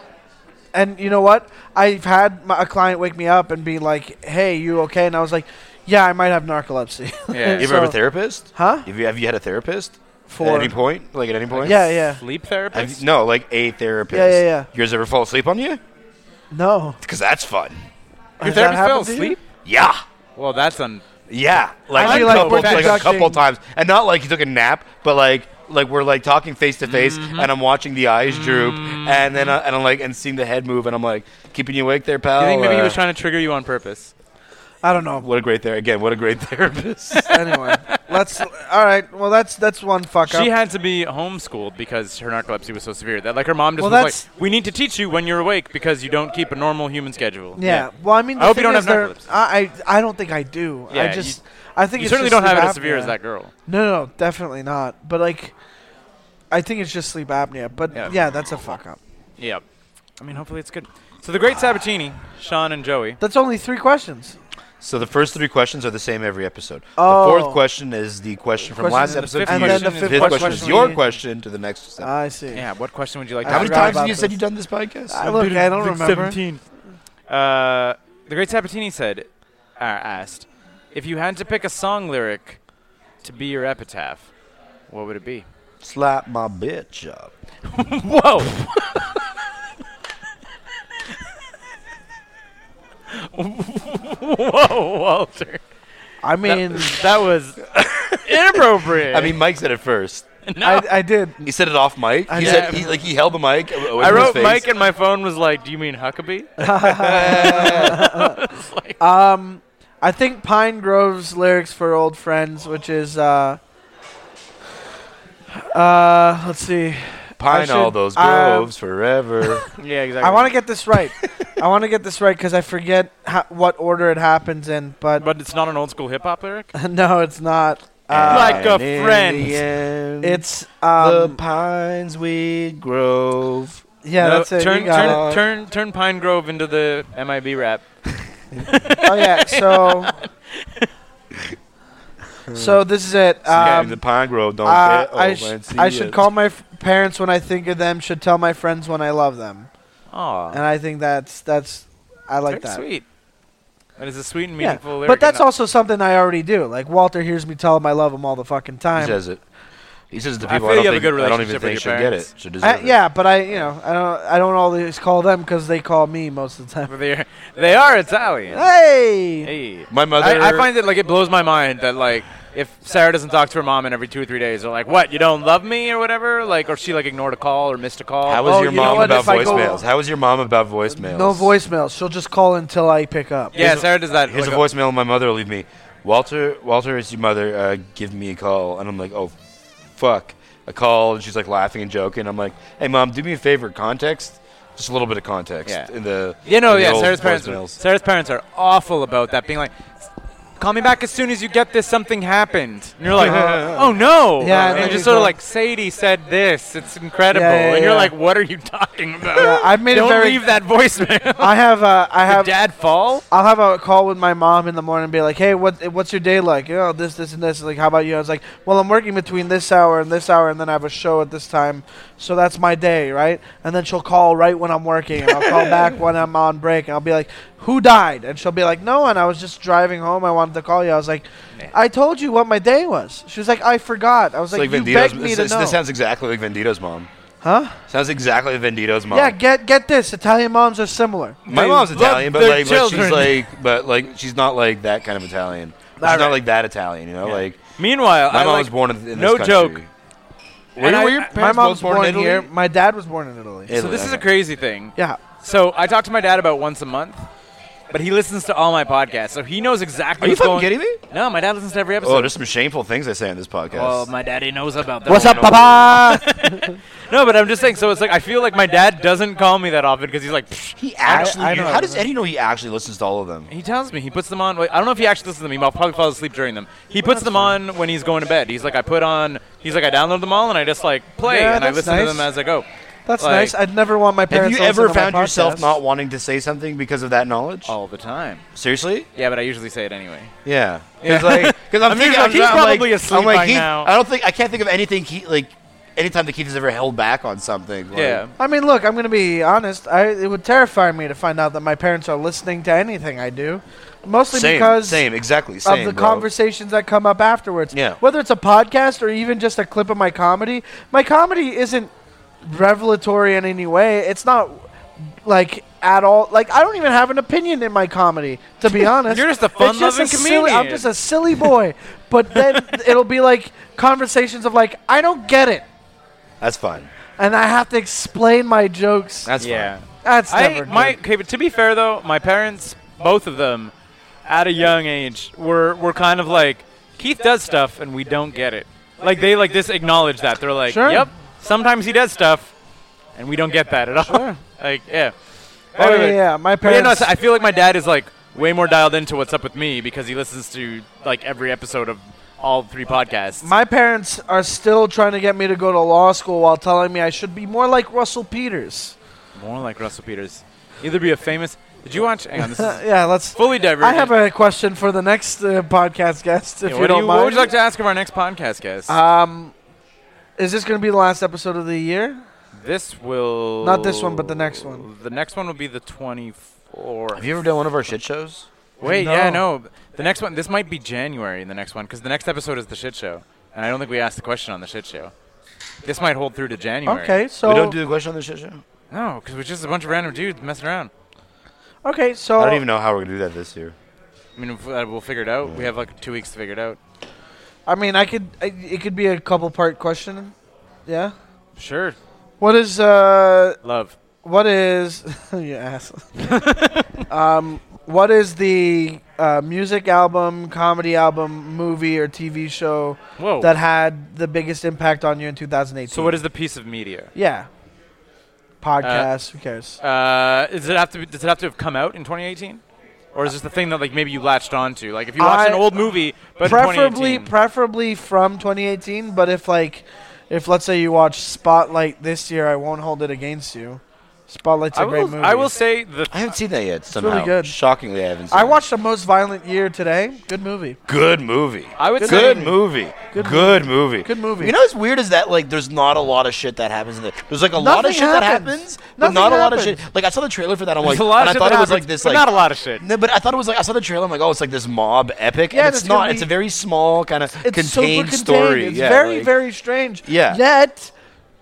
and you know what? I've had my, a client wake me up and be like, "Hey, you okay?" And I was like, "Yeah, I might have narcolepsy."
Yeah.
[laughs]
[laughs]
You ever have a
so-
therapist?
huh?
Have you, have you had a therapist? At
For
any point? Like at any point?
yeah, yeah,
Sleep
Have you-
therapist.
no, like a therapist.
Yeah, yeah, yeah.
Yours ever fall asleep on you?
no.
Because that's fun.
Your
Has that
therapist fell
happened to you?
asleep.
Yeah.
Well, that's un.
Yeah, like,
I
a,
feel like
couple,
we're
like a couple
deducting-
times, and not like he took a nap, but like like we're like talking face to face, and I'm watching the eyes droop, and then I, and I'm like and seeing the head move, and I'm like keeping you awake there, pal.
Do you think maybe he
Uh,
was trying to trigger you on purpose?
I don't know.
[laughs] What a great there again! What a great [laughs] therapist.
[laughs]
[laughs]
anyway, let's. All right. Well, that's that's one fuck up.
She had to be homeschooled because her narcolepsy was so severe that like her mom just
Well,
was like, "We need to teach you when you're awake because you don't keep a normal human schedule."
yeah. Well, I mean, the
I hope
thing
you don't
is
have
there-
narcolepsy.
I, I I don't think I do.
Yeah,
I
you-
just I think
You
it's
certainly
just
don't have it
sleep
as severe
apnea.
as that girl.
No, no, no, definitely not. But like, I think it's just sleep apnea. But yeah,
Yeah.
that's a fuck up.
Yeah. I mean, hopefully it's good. So the Great Sabatini, Sean and Joey.
That's only three questions.
so the first three questions are the same every episode.
Oh.
The fourth question is the question from
Question and
last
the
episode.
fifth
to
And
you.
then the fifth
fifth question,
question
is your
we-
question to the next. episode.
I see.
Yeah, what question would you like to
I
How many
ask?
forgot
times have
about
you said
this.
you've done this podcast?
I look, I don't remember.
Uh, the Great Sabatini said, uh, asked, if you had to pick a song lyric to be your epitaph, what would it be?
Slap my bitch up.
Whoa! [laughs] Whoa, Walter.
I
[laughs]
mean,
That was inappropriate.
I mean, Mike said it first.
no.
I, I did.
He said it off mic. He
Yeah.
said he, like he held the mic. away from
I
his
wrote
face.
Mike, and my phone was like, "Do you mean Huckabee?" It's like-
Um, I think Pine Grove's lyrics for "Old Friends," which is uh, uh, let's see. I
Pine
should-
all those
uh, [laughs]
groves forever.
[laughs] yeah, exactly.
I want to get this right. I want to get this right because I forget ho- what order it happens in. But,
but it's not an old school hip hop lyric.
[laughs] no, it's not. Uh,
Like a
And in
friend.
the end,
it's
the
um,
pines we grove.
yeah, that's it. You
Turn,
got it.
turn, turn, turn Pine Grove into the MIB rap.
oh yeah,
[laughs]
so so this is it.
and the
Um,
pine grove don't
uh,
get
I,
old
sh-
and oh, see
I should
it.
call my f- parents when I think of them. Should tell my friends when I love them. And
Aw,
I think that's that's I like
very
that.
sweet. That is a sweet and
Yeah,
meaningful lyric.
but that's
and
also something I already do. Like Walter hears me tell him I love him all the fucking
He
time.
says it. He says the
I
people
feel you
I,
have
don't
a
think
good
I don't even
relationship
think
with
should
your
get it.
parents.
Should deserve
I,
it.
yeah, but I, you know, I don't, I don't always call them because they call me most of the
[laughs]
time.
They they are Italian.
Hey,
Hey.
My mother.
I, I find that like it blows my mind that like if Sarah doesn't talk to her mom in every two or three days, they're like, "What? You don't love me or whatever?" Like, or she like ignored a call or missed a call.
How was
Oh,
your
you know
mom
what,
about
if I go-
voicemails? How was your mom about voicemails?
no voicemails. She'll just call until I pick up.
yeah,
here's a-
Sarah does that.
Here's
like,
a voicemail my mother will leave me. Walter, Walter, it's your mother. Uh, give me a call. And I'm like, oh, fuck. I call, and she's like laughing and joking. I'm like, hey, mom, do me a favor. Context, just a little bit of context.
Yeah.
In the
You know,
in the
yeah,
old
Sarah's parents.
voicemails.
Sarah's parents are awful about that, being like, "Call me back as soon as you get this. Something happened." And
[laughs]
you're like, "Oh no!"
Yeah, and then
and, just
you
sort
go-
of like, "Sadie said this. It's incredible,"
Yeah, yeah,
and you're
yeah.
like, "What are you talking about?"
Yeah, I've made it
Don't
very-
leave that voicemail.
I have, uh, I
Did
have,
Dad fall?
I'll have a call with my mom in the morning and be like, "Hey, what what's your day like? You know, this, this, and this. Like, how about you?" I was like, "Well, I'm working between this hour and this hour, and then I have a show at this time, so that's my day, right?" And then she'll call right when I'm working, and I'll call back when I'm on break, and I'll be like, "Who died?" And she'll be like, "No one. I was just driving home. I wanted to call you." I was like, "I told you what my day was." She was like, "I forgot." I was
It's
like, "You
Vendito's-
begged me
this,
to
this-
know."
This sounds exactly like Vendito's mom.
huh?
Sounds exactly like Vendito's mom.
Yeah. Get get this. Italian moms are similar.
my
They
mom's
love
Italian, but
their
like, but she's
children.
like, but like, she's not like that kind of Italian. She's
right.
not like that Italian, you know. Like,
Meanwhile,
my
I
mom
like,
was born in, in
no
this
joke.
country.
And I-
My mom's
parents both born
born
in Italy?
here. My dad was born in Italy.
So this is a
okay.
crazy thing.
yeah.
So I talk to my dad about once a month, but he listens to all my podcasts, so he knows exactly.
Are you
what's
fucking
going-
kidding me?
No, my dad listens to every
Oh,
episode.
there's some shameful things I say on this podcast.
well, my daddy knows about that.
What's up, Papa?
No, but I'm just saying. So it's like I feel like my dad doesn't call me that often because he's like, "Psh."
he actually.
I know.
how does Eddie know he actually listens to all of them?
he tells me he puts them on. Like, I don't know if he actually listens to them. He probably falls asleep during them. He puts them on when he's going to bed. He's like, I put on. He's like, I download them all and I just like play
Yeah,
and I
that's
listen
nice.
to them as I go.
That's
Like-
nice. I'd never want my
Have
parents.
you
to listen to
ever
my
found yourself
podcast.
not wanting to say something because of that knowledge?
All the time.
Seriously?
Yeah, but I usually say it anyway.
Oh. Yeah. Because like, because [laughs] I'm,
I'm
thinking,
usually like,
I'm,
he's
I'm like-
probably asleep
I'm like,
by
Keith-
now.
I don't think I can't think of anything. He like anytime that Keith has ever held back on something. like-
Yeah.
I mean, look, I'm going to be honest. I, it would terrify me to find out that my parents are listening to anything I do, mostly
Same.
because
same. Exactly.
of
Same.
the
bro.
conversations that come up afterwards.
Yeah.
Whether it's a podcast or even just a clip of my comedy, my comedy isn't revelatory in any way. It's not like at all. Like I don't even have an opinion in my comedy, to
[laughs]
be honest.
You're just a
It's just
fun-loving
a silly- I'm
comedian.
just a silly boy. but then
[laughs]
it'll be like conversations of like I don't get it,
That's fine.
and I have to explain my jokes.
That's
yeah.
That's
I
never
my
good.
okay, but to be fair though, my parents, both of them, at a young age, were were kind of like Keith does stuff and we don't get it. Like they like this acknowledge that they're like,
Sure.
yep, sometimes he does stuff, and we don't get that at all. [laughs] like yeah.
Oh yeah,
Anyway,
yeah, my
But yeah, no,
parents.
so I feel like my dad is like way more dialed into what's up with me because he listens to like every episode of all three podcasts.
my parents are still trying to get me to go to law school while telling me I should be more like Russell Peters.
more like Russell Peters. Either be a famous. Did you watch? Hang on,
[laughs]
this is
yeah, let's.
fully divergent.
I have a question for the next uh, podcast guest, if
Yeah,
you
what, do
don't
you,
mind.
what would you like to ask of our next podcast guest?
Um, is this going to be the last episode of the year?
This will
Not this one, but the next one.
The next one will be the twenty four.
Have you ever done one of our shit shows?
Wait, yeah, no. The next one. This might be January. The next one, because the next episode is the shit show, and I don't think we asked the question on the shit show. This might hold through to January.
Okay, so
we don't do a question on the shit show.
No, because we're just a bunch of random dudes messing around.
okay, so
I don't even know how we're gonna do that this year.
I mean, if, uh, we'll figure it out. We have like two weeks to figure it out.
I mean, I could I, it could be a couple part question. Yeah.
Sure.
What is uh
Love.
what is [laughs] you ass. um, what is the uh, music album, comedy album, movie or TV show
Whoa.
that had the biggest impact on you in 2018?
Oh. so what is the piece of media?
Yeah. Podcast, who cares?
Uh, does it have to? Be, does it have to have come out in 2018? Or is this the thing that like maybe you latched onto? Like if you watched an
I-
old movie, but
preferably
2018,
preferably from 2018 but if like if let's say you watch spotlight this year i won't hold it against you Spotlight's a
I
great
will,
movie.
I will say the
I haven't seen that yet. Somehow,
really good.
shockingly, I haven't. seen
I
it.
watched the most violent year today. Good movie.
good movie.
I would
good
say-
movie.
Good
Good, movie.
Good movie.
You know what's weird is that like there's not a lot of shit that happens in there. There's like a lot of
Nothing
shit that
happens.
happens,
Nothing
but not a lot of
happens.
shit. Like I saw the trailer for that. I'm like,
There's a lot
and
of shit
I thought
that
it was
happens,
like this.
but
Like
not a lot of shit.
No, but I thought it was like I saw the trailer. I'm like, oh, it's like this mob epic.
Yeah,
and it's
it's gonna
not. It's
be-
a very small kind of contained,
it's super contained.
story.
It's
yeah,
very,
like-
very strange.
Yeah.
Yet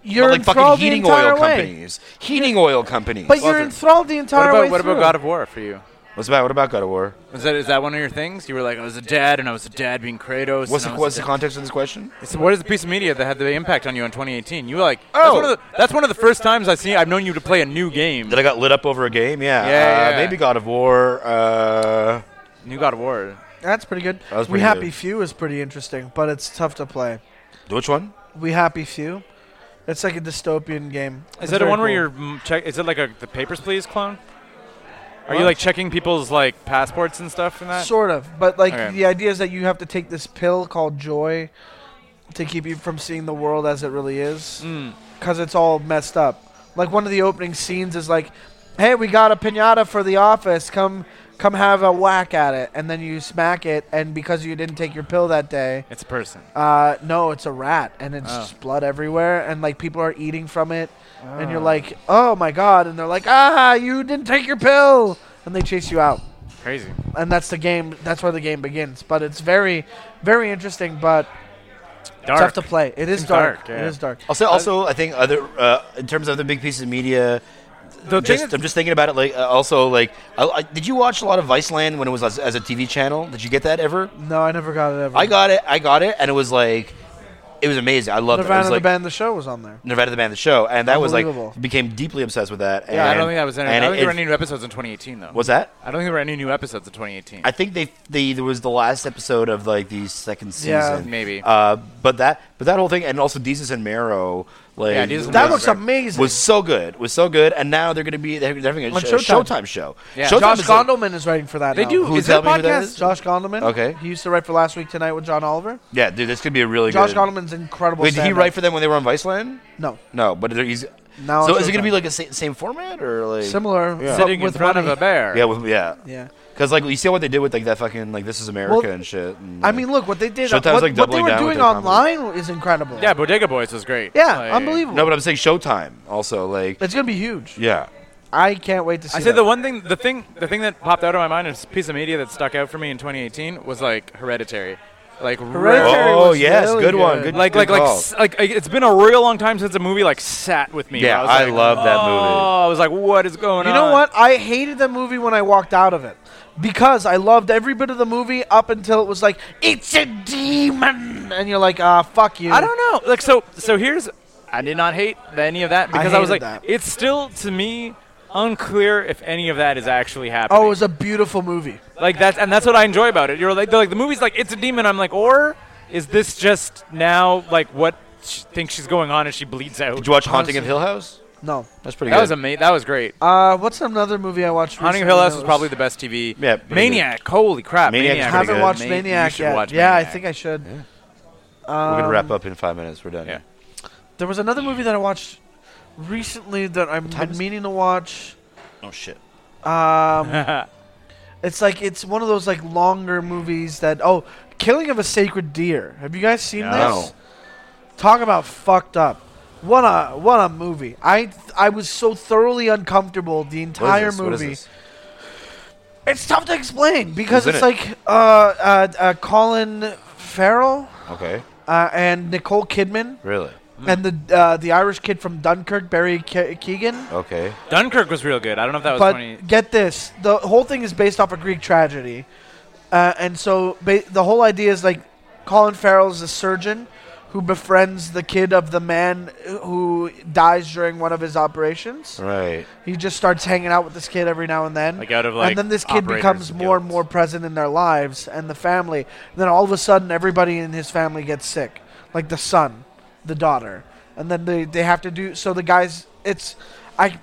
you're
But like fucking
enthralled the
heating
entire
oil
way.
companies. Heating oil companies.
But you're enthralled the
what
entire way
about what about
through.
God of War for you?
what's about what about God of War?
Is that is that one of your things? You were like, I was a dad, and I was a dad being Kratos.
What's the,
and I
what's
was
the
a
context of this question?
dad- So what is the piece of media that had the impact on you in 2018? You were like, that's,
Oh.
one of the, that's one of the first times I've seen I've known you to play a new game,
That I got lit up over a game. Yeah.
Yeah,
uh,
yeah.
Maybe God of War. Uh,
new God of War.
That's pretty good.
That was
we
pretty
Happy
good.
Few is pretty interesting, but it's tough to play.
which one?
We Happy Few. It's like a dystopian game.
Is
It's
that the
very
one where
cool.
you're mm, check? Is it like a the Papers Please clone? Are you like checking people's like passports and stuff in that?
Sort of, but like
Okay.
the idea is that you have to take this pill called joy to keep you from seeing the world as it really is,
Mm.
because it's all messed up. Like one of the opening scenes is like, "Hey, we got a pinata for the office. Come, come have a whack at it." And then you smack it, and because you didn't take your pill that day,
It's a person.
uh, no, it's a rat, and it's
Oh.
just blood everywhere, and like people are eating from it, and you're
Ah.
like, "Oh my god!" And they're like, "Ah, you didn't take your pill," and they chase you out
Crazy.
and that's the game. That's where the game begins. But it's very, very interesting, but
Dark.
tough to play. It is
It's
dark.
dark, yeah.
It is dark.
Also, also, I think other uh, in terms of the big pieces of media.
The thing
Just,
is-
I'm just thinking about it. Like, uh, also, like, I, I, did you watch a lot of Viceland when it was as, as a TV channel? Did you get that ever?
No, I never got it ever.
I got it. I got it, and it was like, it was amazing. I loved it. It
Nirvana
was
the
like
band. The show was on there.
Nirvana the band, the show, and that was like
Unbelievable.
became deeply obsessed with that.
yeah, I
and-
don't think that was. Any, I
and
don't think
it-
there were
it-
any new episodes in 2018 though.
Was that?
I don't think there were any new episodes in 2018.
I think they, they there was the last episode of like the second season.
Yeah.
Maybe.
Uh, but that but that whole thing and also Jesus and Marrow like
Yeah, Desus and
That
Mero.
looks amazing.
was so good was so good and now they're gonna be they're, they're having a,
On
sh- a
Showtime.
Showtime show.
Yeah.
Showtime
Josh
is like-
Gondelman is writing for that.
they
now.
do.
Who's
is there a
that? Maybe that
podcast?
is?
Josh Gondelman.
Okay.
He used to write for Last Week Tonight with John Oliver.
yeah, dude, this could be a really
Josh
good.
Gondelman's incredible.
Wait, did he
stand-up.
write for them when they were on Viceland?
No,
No, but they're- he's
Now on
so is it
Showtime.
gonna be like a sa- same format or like
similar.
Yeah.
but
Sitting in
with
front
money.
of a bear.
Yeah, with, yeah,
Yeah.
because like you see what they did with like that fucking like This Is America
Well,
and shit. And,
I
like-
mean, look what they did.
Showtime's,
what,
like,
what they
doubling
were
down with
doing
their comedy.
online is incredible.
Yeah, Bodega Boys was great.
Yeah,
Like-
unbelievable.
no, but I'm saying Showtime also like
It's gonna be huge.
yeah.
I can't wait to see.
I say
that.
the one thing, the thing, the thing that popped out of my mind is a piece of media that stuck out for me in 2018 was like Hereditary, like
Hereditary
rare-
Oh
was
yes,
really
good, one.
good.
Good,
like
good
like like
call.
s- like I- it's been a real long time since a movie like sat with me.
Yeah,
where
I
was like,
love that movie.
Oh, I was like, what is going
You
on?
know what? I hated the movie when I walked out of it because I loved every bit of the movie up until it was like, it's a demon. And you're like, ah, fuck you.
I don't know. Like so, so here's I did not hate any of that because I, was like,
hated that.
it's still to me unclear if any of that is actually happening.
Oh, it was a beautiful movie.
Like that's and that's what I enjoy about it. You're like, they're like the movie's like it's a demon. I'm like, or is this just now like what she thinks she's going on as she bleeds out?
Did you watch Haunting of Hill House?
No.
That's pretty
That
good.
was amazing. That was great.
Uh, what's another movie I watched?
Haunting
recently
of Hill House
that
was probably the best TV.
Yeah, pretty
Maniac. Holy crap.
Maniac's
Maniac.
I
pretty
was
haven't
good.
watched
Ma- you
Maniac
should
yet.
watch
yeah,
Maniac.
I think I should.
We're gonna
Um,
wrap up in five minutes. We're done.
Yeah.
There was another movie that I watched recently that I've
time
been
is it?
meaning to watch.
Oh shit.
Um, it's like it's one of those like longer movies that oh, Killing of a Sacred Deer. Have you guys seen
No.
this? Talk about fucked up. What a what a movie. I I was so thoroughly uncomfortable the
What is
entire
this? What is
movie.
this?
It's tough to explain because
Who's
it's
in
like uh, uh, uh, Colin Farrell
Okay.
uh, and Nicole Kidman
Really?
and the uh, the Irish kid from Dunkirk, Barry Ke- Keegan.
Okay.
Dunkirk was real good. I don't know if that was
But
20.
get this: the whole thing is based off a Greek tragedy, uh, and so ba- the whole idea is like Colin Farrell is a surgeon who befriends the kid of the man who dies during one of his operations.
Right.
He just starts hanging out with this kid every now and then,
Like out of like.
and then this kid
operators
becomes
and
more and
guilds.
more present in their lives and the family. And then all of a sudden, everybody in his family gets sick, like the son, the daughter, and then they they have to do. So the guys, it's I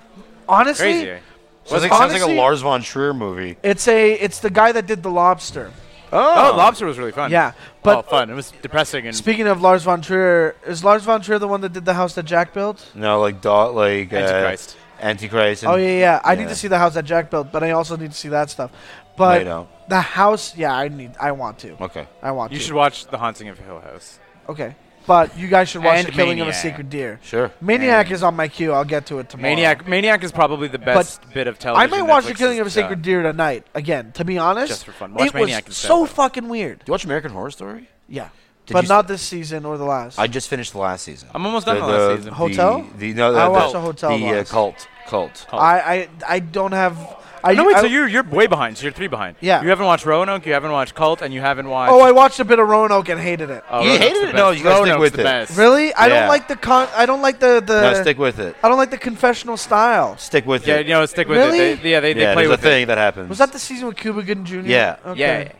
honestly.
Crazy.
So it sounds like
honestly-
a Lars von Trier movie.
It's a it's the guy that did the lobster.
Oh, Lobster was really fun.
Yeah,
But oh,
but
fun. It was depressing and,
speaking of Lars von Trier, is Lars von Trier the one that did the house that Jack built?
No, like dog, like uh,
Antichrist.
Antichrist. And,
Oh yeah, yeah. I need
yeah.
to see the house that Jack built, but I also need to see that stuff.
No, you
But
don't.
the house, yeah, I need. I want to.
Okay.
I want
You
to.
should watch The Haunting of Hill House.
Okay, but you guys should watch
And
the killing of a
Maniac.
sacred deer.
Sure.
Maniac is on my queue. I'll get to it tomorrow.
Maniac, Maniac is probably the best bit of
I
television.
might watch the
Netflix
killing of a
has
sacred
done.
deer tonight again. To be honest,
Just for fun. Watch
it
Maniac
was
instead,
so
though.
fucking weird.
Do you watch American Horror Story?
Yeah,
Did
but
you
not this season or the last.
I just finished the last season.
I'm almost done with the last season.
Hotel?
The, no, the,
I
the-
watched the Hotel
The uh,
last.
cult. Cult.
I, I I don't have. I
no, wait,
I-
so you're, you're way behind. So you're three behind.
Yeah.
You haven't watched Roanoke, you haven't watched Cult, and you haven't watched.
Oh, I watched a bit of Roanoke and hated it.
Oh,
You
Roanoke's
hated
the
it? No,
best.
you gotta stick
Roanoke's
with
the
it.
best.
Really? I
Yeah.
don't like the con. I don't like the the.
no, stick with it.
I don't like the confessional style.
Stick with
Yeah,
it.
you know, stick with
Really?
it. They, yeah, they, they
yeah,
play
there's
with
a
it.
thing that happens.
Was that the season with Cuba Gooding Jr.?
Yeah.
Okay.
Yeah.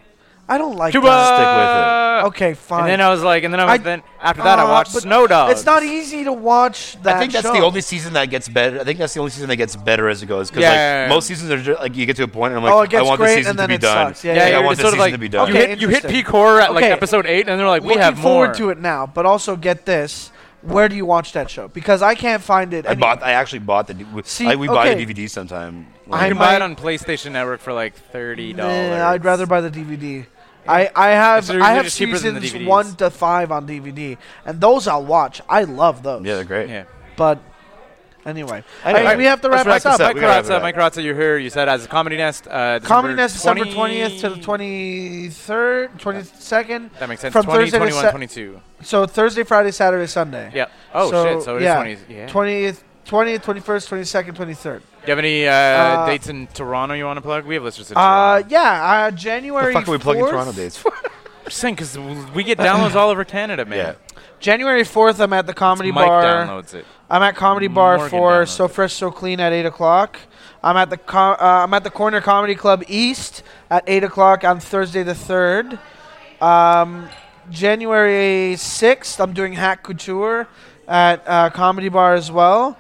I don't like
Cuba!
that.
Stick
Okay, fine.
And then I was like, and then I was,
I-
then after that
Uh,
I watched
but
Snow Dogs.
It's not easy to watch that.
I think that's
show.
the only season that gets better. I think that's the only season that gets better as it goes. Because
Yeah,
like
yeah, yeah.
most seasons are just, like you get to a point and I'm like,
Oh, it gets
I want
great,
the season
and
to
then
be
it
done.
sucks. Yeah,
Yeah,
yeah,
I
you're
want
just
the
sort of
season
like
to be done.
You
Okay,
hit, you hit
interesting.
peak horror at like
Okay.
episode eight, and they're like, we
Looking
have more.
forward to it now, but also get this. Where do you watch that show? Because I can't find it.
I
anywhere.
bought. I actually bought the. D- w-
See,
I, we buy the
okay.
DVD sometime.
You
I
can buy it
might-
on PlayStation Network for like thirty dollars.
Nah, Eh, I'd rather buy the DVD. I, I have
It's
I have
usually cheaper than the
seasons
DVDs.
one to five on DVD, and those I'll watch. I love those.
yeah, they're great.
Yeah.
But anyway,
Anyway,
Hey, we have to
let's
wrap this up.
up.
Mike
We gotta wrap it
Carrazza,
up.
Mike Carrazza, you're here. You said as a Comedy Nest. Uh,
Comedy Nest December twentieth to the
20
twenty third, twenty second.
That makes sense.
From
20,
Thursday to
21,
Sa-
22.
So Thursday, Friday, Saturday, Sunday.
Yeah. Oh, shit. So it is 20. Yeah.
20th, 20th, 21st, 22nd, 23rd.
Do you have any uh,
Uh,
dates in Toronto you want to plug? We have listeners in
Uh,
Toronto.
yeah, uh,
The
January.
fuck are we plugging
4th?
Toronto dates?
I'm just saying, because we get downloads all over Canada, man.
yeah.
January 4th, I'm at the Comedy
Mike
Bar.
downloads it.
I'm at Comedy Bar
Morgan
for
downloads
So
it.
Fresh, So Clean at 8 o'clock. I'm at the com- uh, I'm at the Corner Comedy Club East at 8 o'clock on Thursday the 3rd. Um, January 6th, I'm doing Hack Couture at uh, Comedy Bar as well.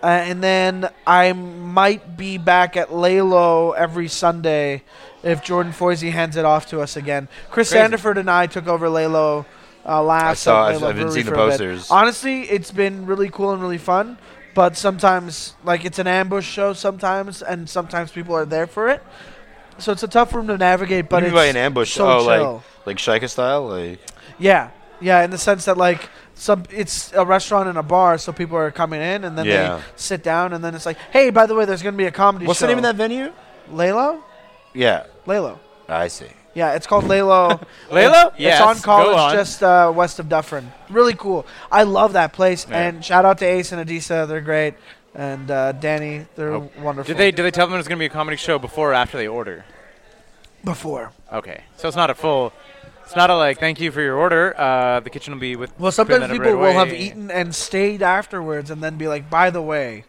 Uh, and then I might be back at Lalo every Sunday if Jordan Foisey hands it off to us again. Chris
Crazy.
Sandiford and I took over Lalo uh, last
I saw-
at
I've-
Lalo
I've been
Brewery
seeing the
for a bit.
posters.
Honestly, it's been really cool and really fun, but sometimes like it's an ambush show sometimes, and sometimes people are there for it. So it's a tough room to navigate, but
But you
it's
mean by an ambush?
so
oh,
chill.
like like Shika style. Like
yeah, yeah, in the sense that like some it's a restaurant and a bar, so people are coming in and then
Yeah.
they sit down, and then it's like, hey, by the way, there's gonna be a comedy.
what's
show.
the name of that venue?
Lalo,
Yeah,
Lalo.
I see.
Yeah, it's called
[laughs]
Lalo.
Lalo?
It's,
Yes,
it's on college,
go on.
just uh, west of Dufferin. Really cool. I love that place.
Yeah.
And shout out to Ace and Adisa, they're great. And uh, Danny, they're
Oh,
wonderful.
Did they, did they tell them there's going to be a comedy show before or after they order?
before?
Okay, so it's not a full. It's not a like. Thank you for your order. Uh, the kitchen will be with.
Well,
bringing
sometimes
that up
people
right
will
away.
have eaten and stayed afterwards, and then be like, "By the way,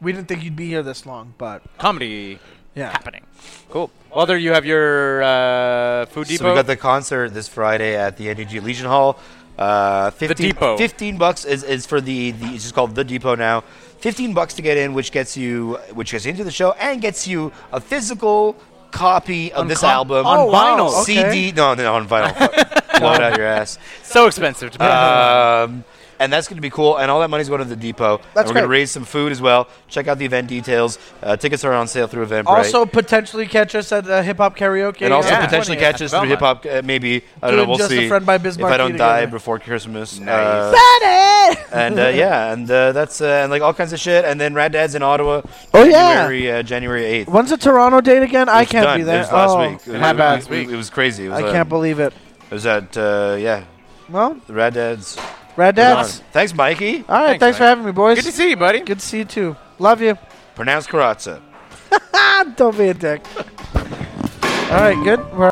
we didn't think you'd be here this long, but
comedy
yeah."
happening. Cool. Well, there you have your uh, food depot.
So we got the concert this Friday at the NDG Legion Hall. Uh, 15,
Depot.
15 bucks is, is for the, the it's just called the Depot now. 15 bucks to get in, which gets you which gets you into the show and gets you a physical copy of this album
on Oh, wow. vinyl.
CD. No, no, on vinyl. Fuck. Blow it out your ass.
so expensive to pay.
Um, and that's going to be cool. And all that money's going to the depot. and
That's
we're going to
great.
raise some food as well. Check out the event details. Uh, tickets are on sale through Eventbrite.
Also, potentially catch us at uh, hip hop karaoke,
and also
Yeah.
potentially
20th
catch us
at
through hip
Belmont.
hop. Uh, maybe I don't know.
Doing
We'll
Just a
see.
Friend by
if
Bismarck
I don't die
together.
before Christmas.
Nice.
[laughs]
Uh,
Saturday!
and uh, yeah, and uh, that's uh, and like all kinds of shit. And then Rad Dad's in Ottawa.
Oh, yeah.
January, yeah, uh, January eighth.
When's the Toronto date again? I can't be there.
It was last
oh,
week. It
My
was-
bad.
It, was- it was crazy. It was,
I
um,
can't believe it.
It was at uh, yeah,
Well,
Rad Dad's.
Rad Dads.
Thanks, Mikey.
All right,
Thanks,
thanks, for
Mike.
having me, boys.
Good to see you, buddy.
Good to see you too. Love you.
Pronounce Karatza.
Ah, don't be a dick. All right, good. We're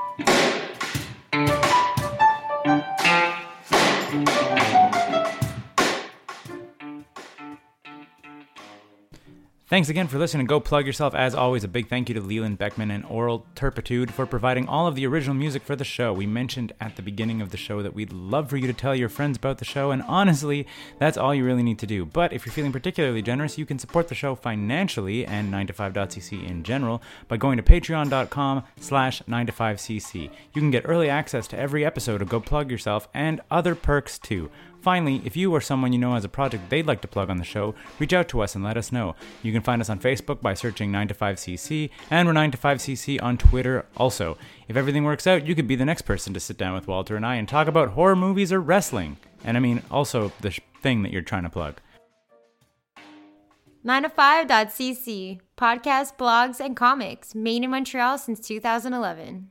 Thanks again for listening. Go plug yourself. As always, a big thank you to Leland Beckman and Oral Turpitude for providing all of the original music for the show. We mentioned at the beginning of the show that we'd love for you to tell your friends about the show, and honestly, that's all you really need to do. But if you're feeling particularly generous, you can support the show financially and 9to5.cc in general by going to patreon.com slash 9to5cc. You can get early access to every episode of Go Plug Yourself and other perks too. Finally, if you or someone you know has a project they'd like to plug on the show, reach out to us and let us know. You can find us on Facebook by searching 9to5cc, and we're 9to5cc on Twitter also. If everything works out, you could be the next person to sit down with Walter and I and talk about horror movies or wrestling. And I mean, also the sh- thing that you're trying to plug.
905.cc, podcast, blogs, and comics, made in Montreal since 2011.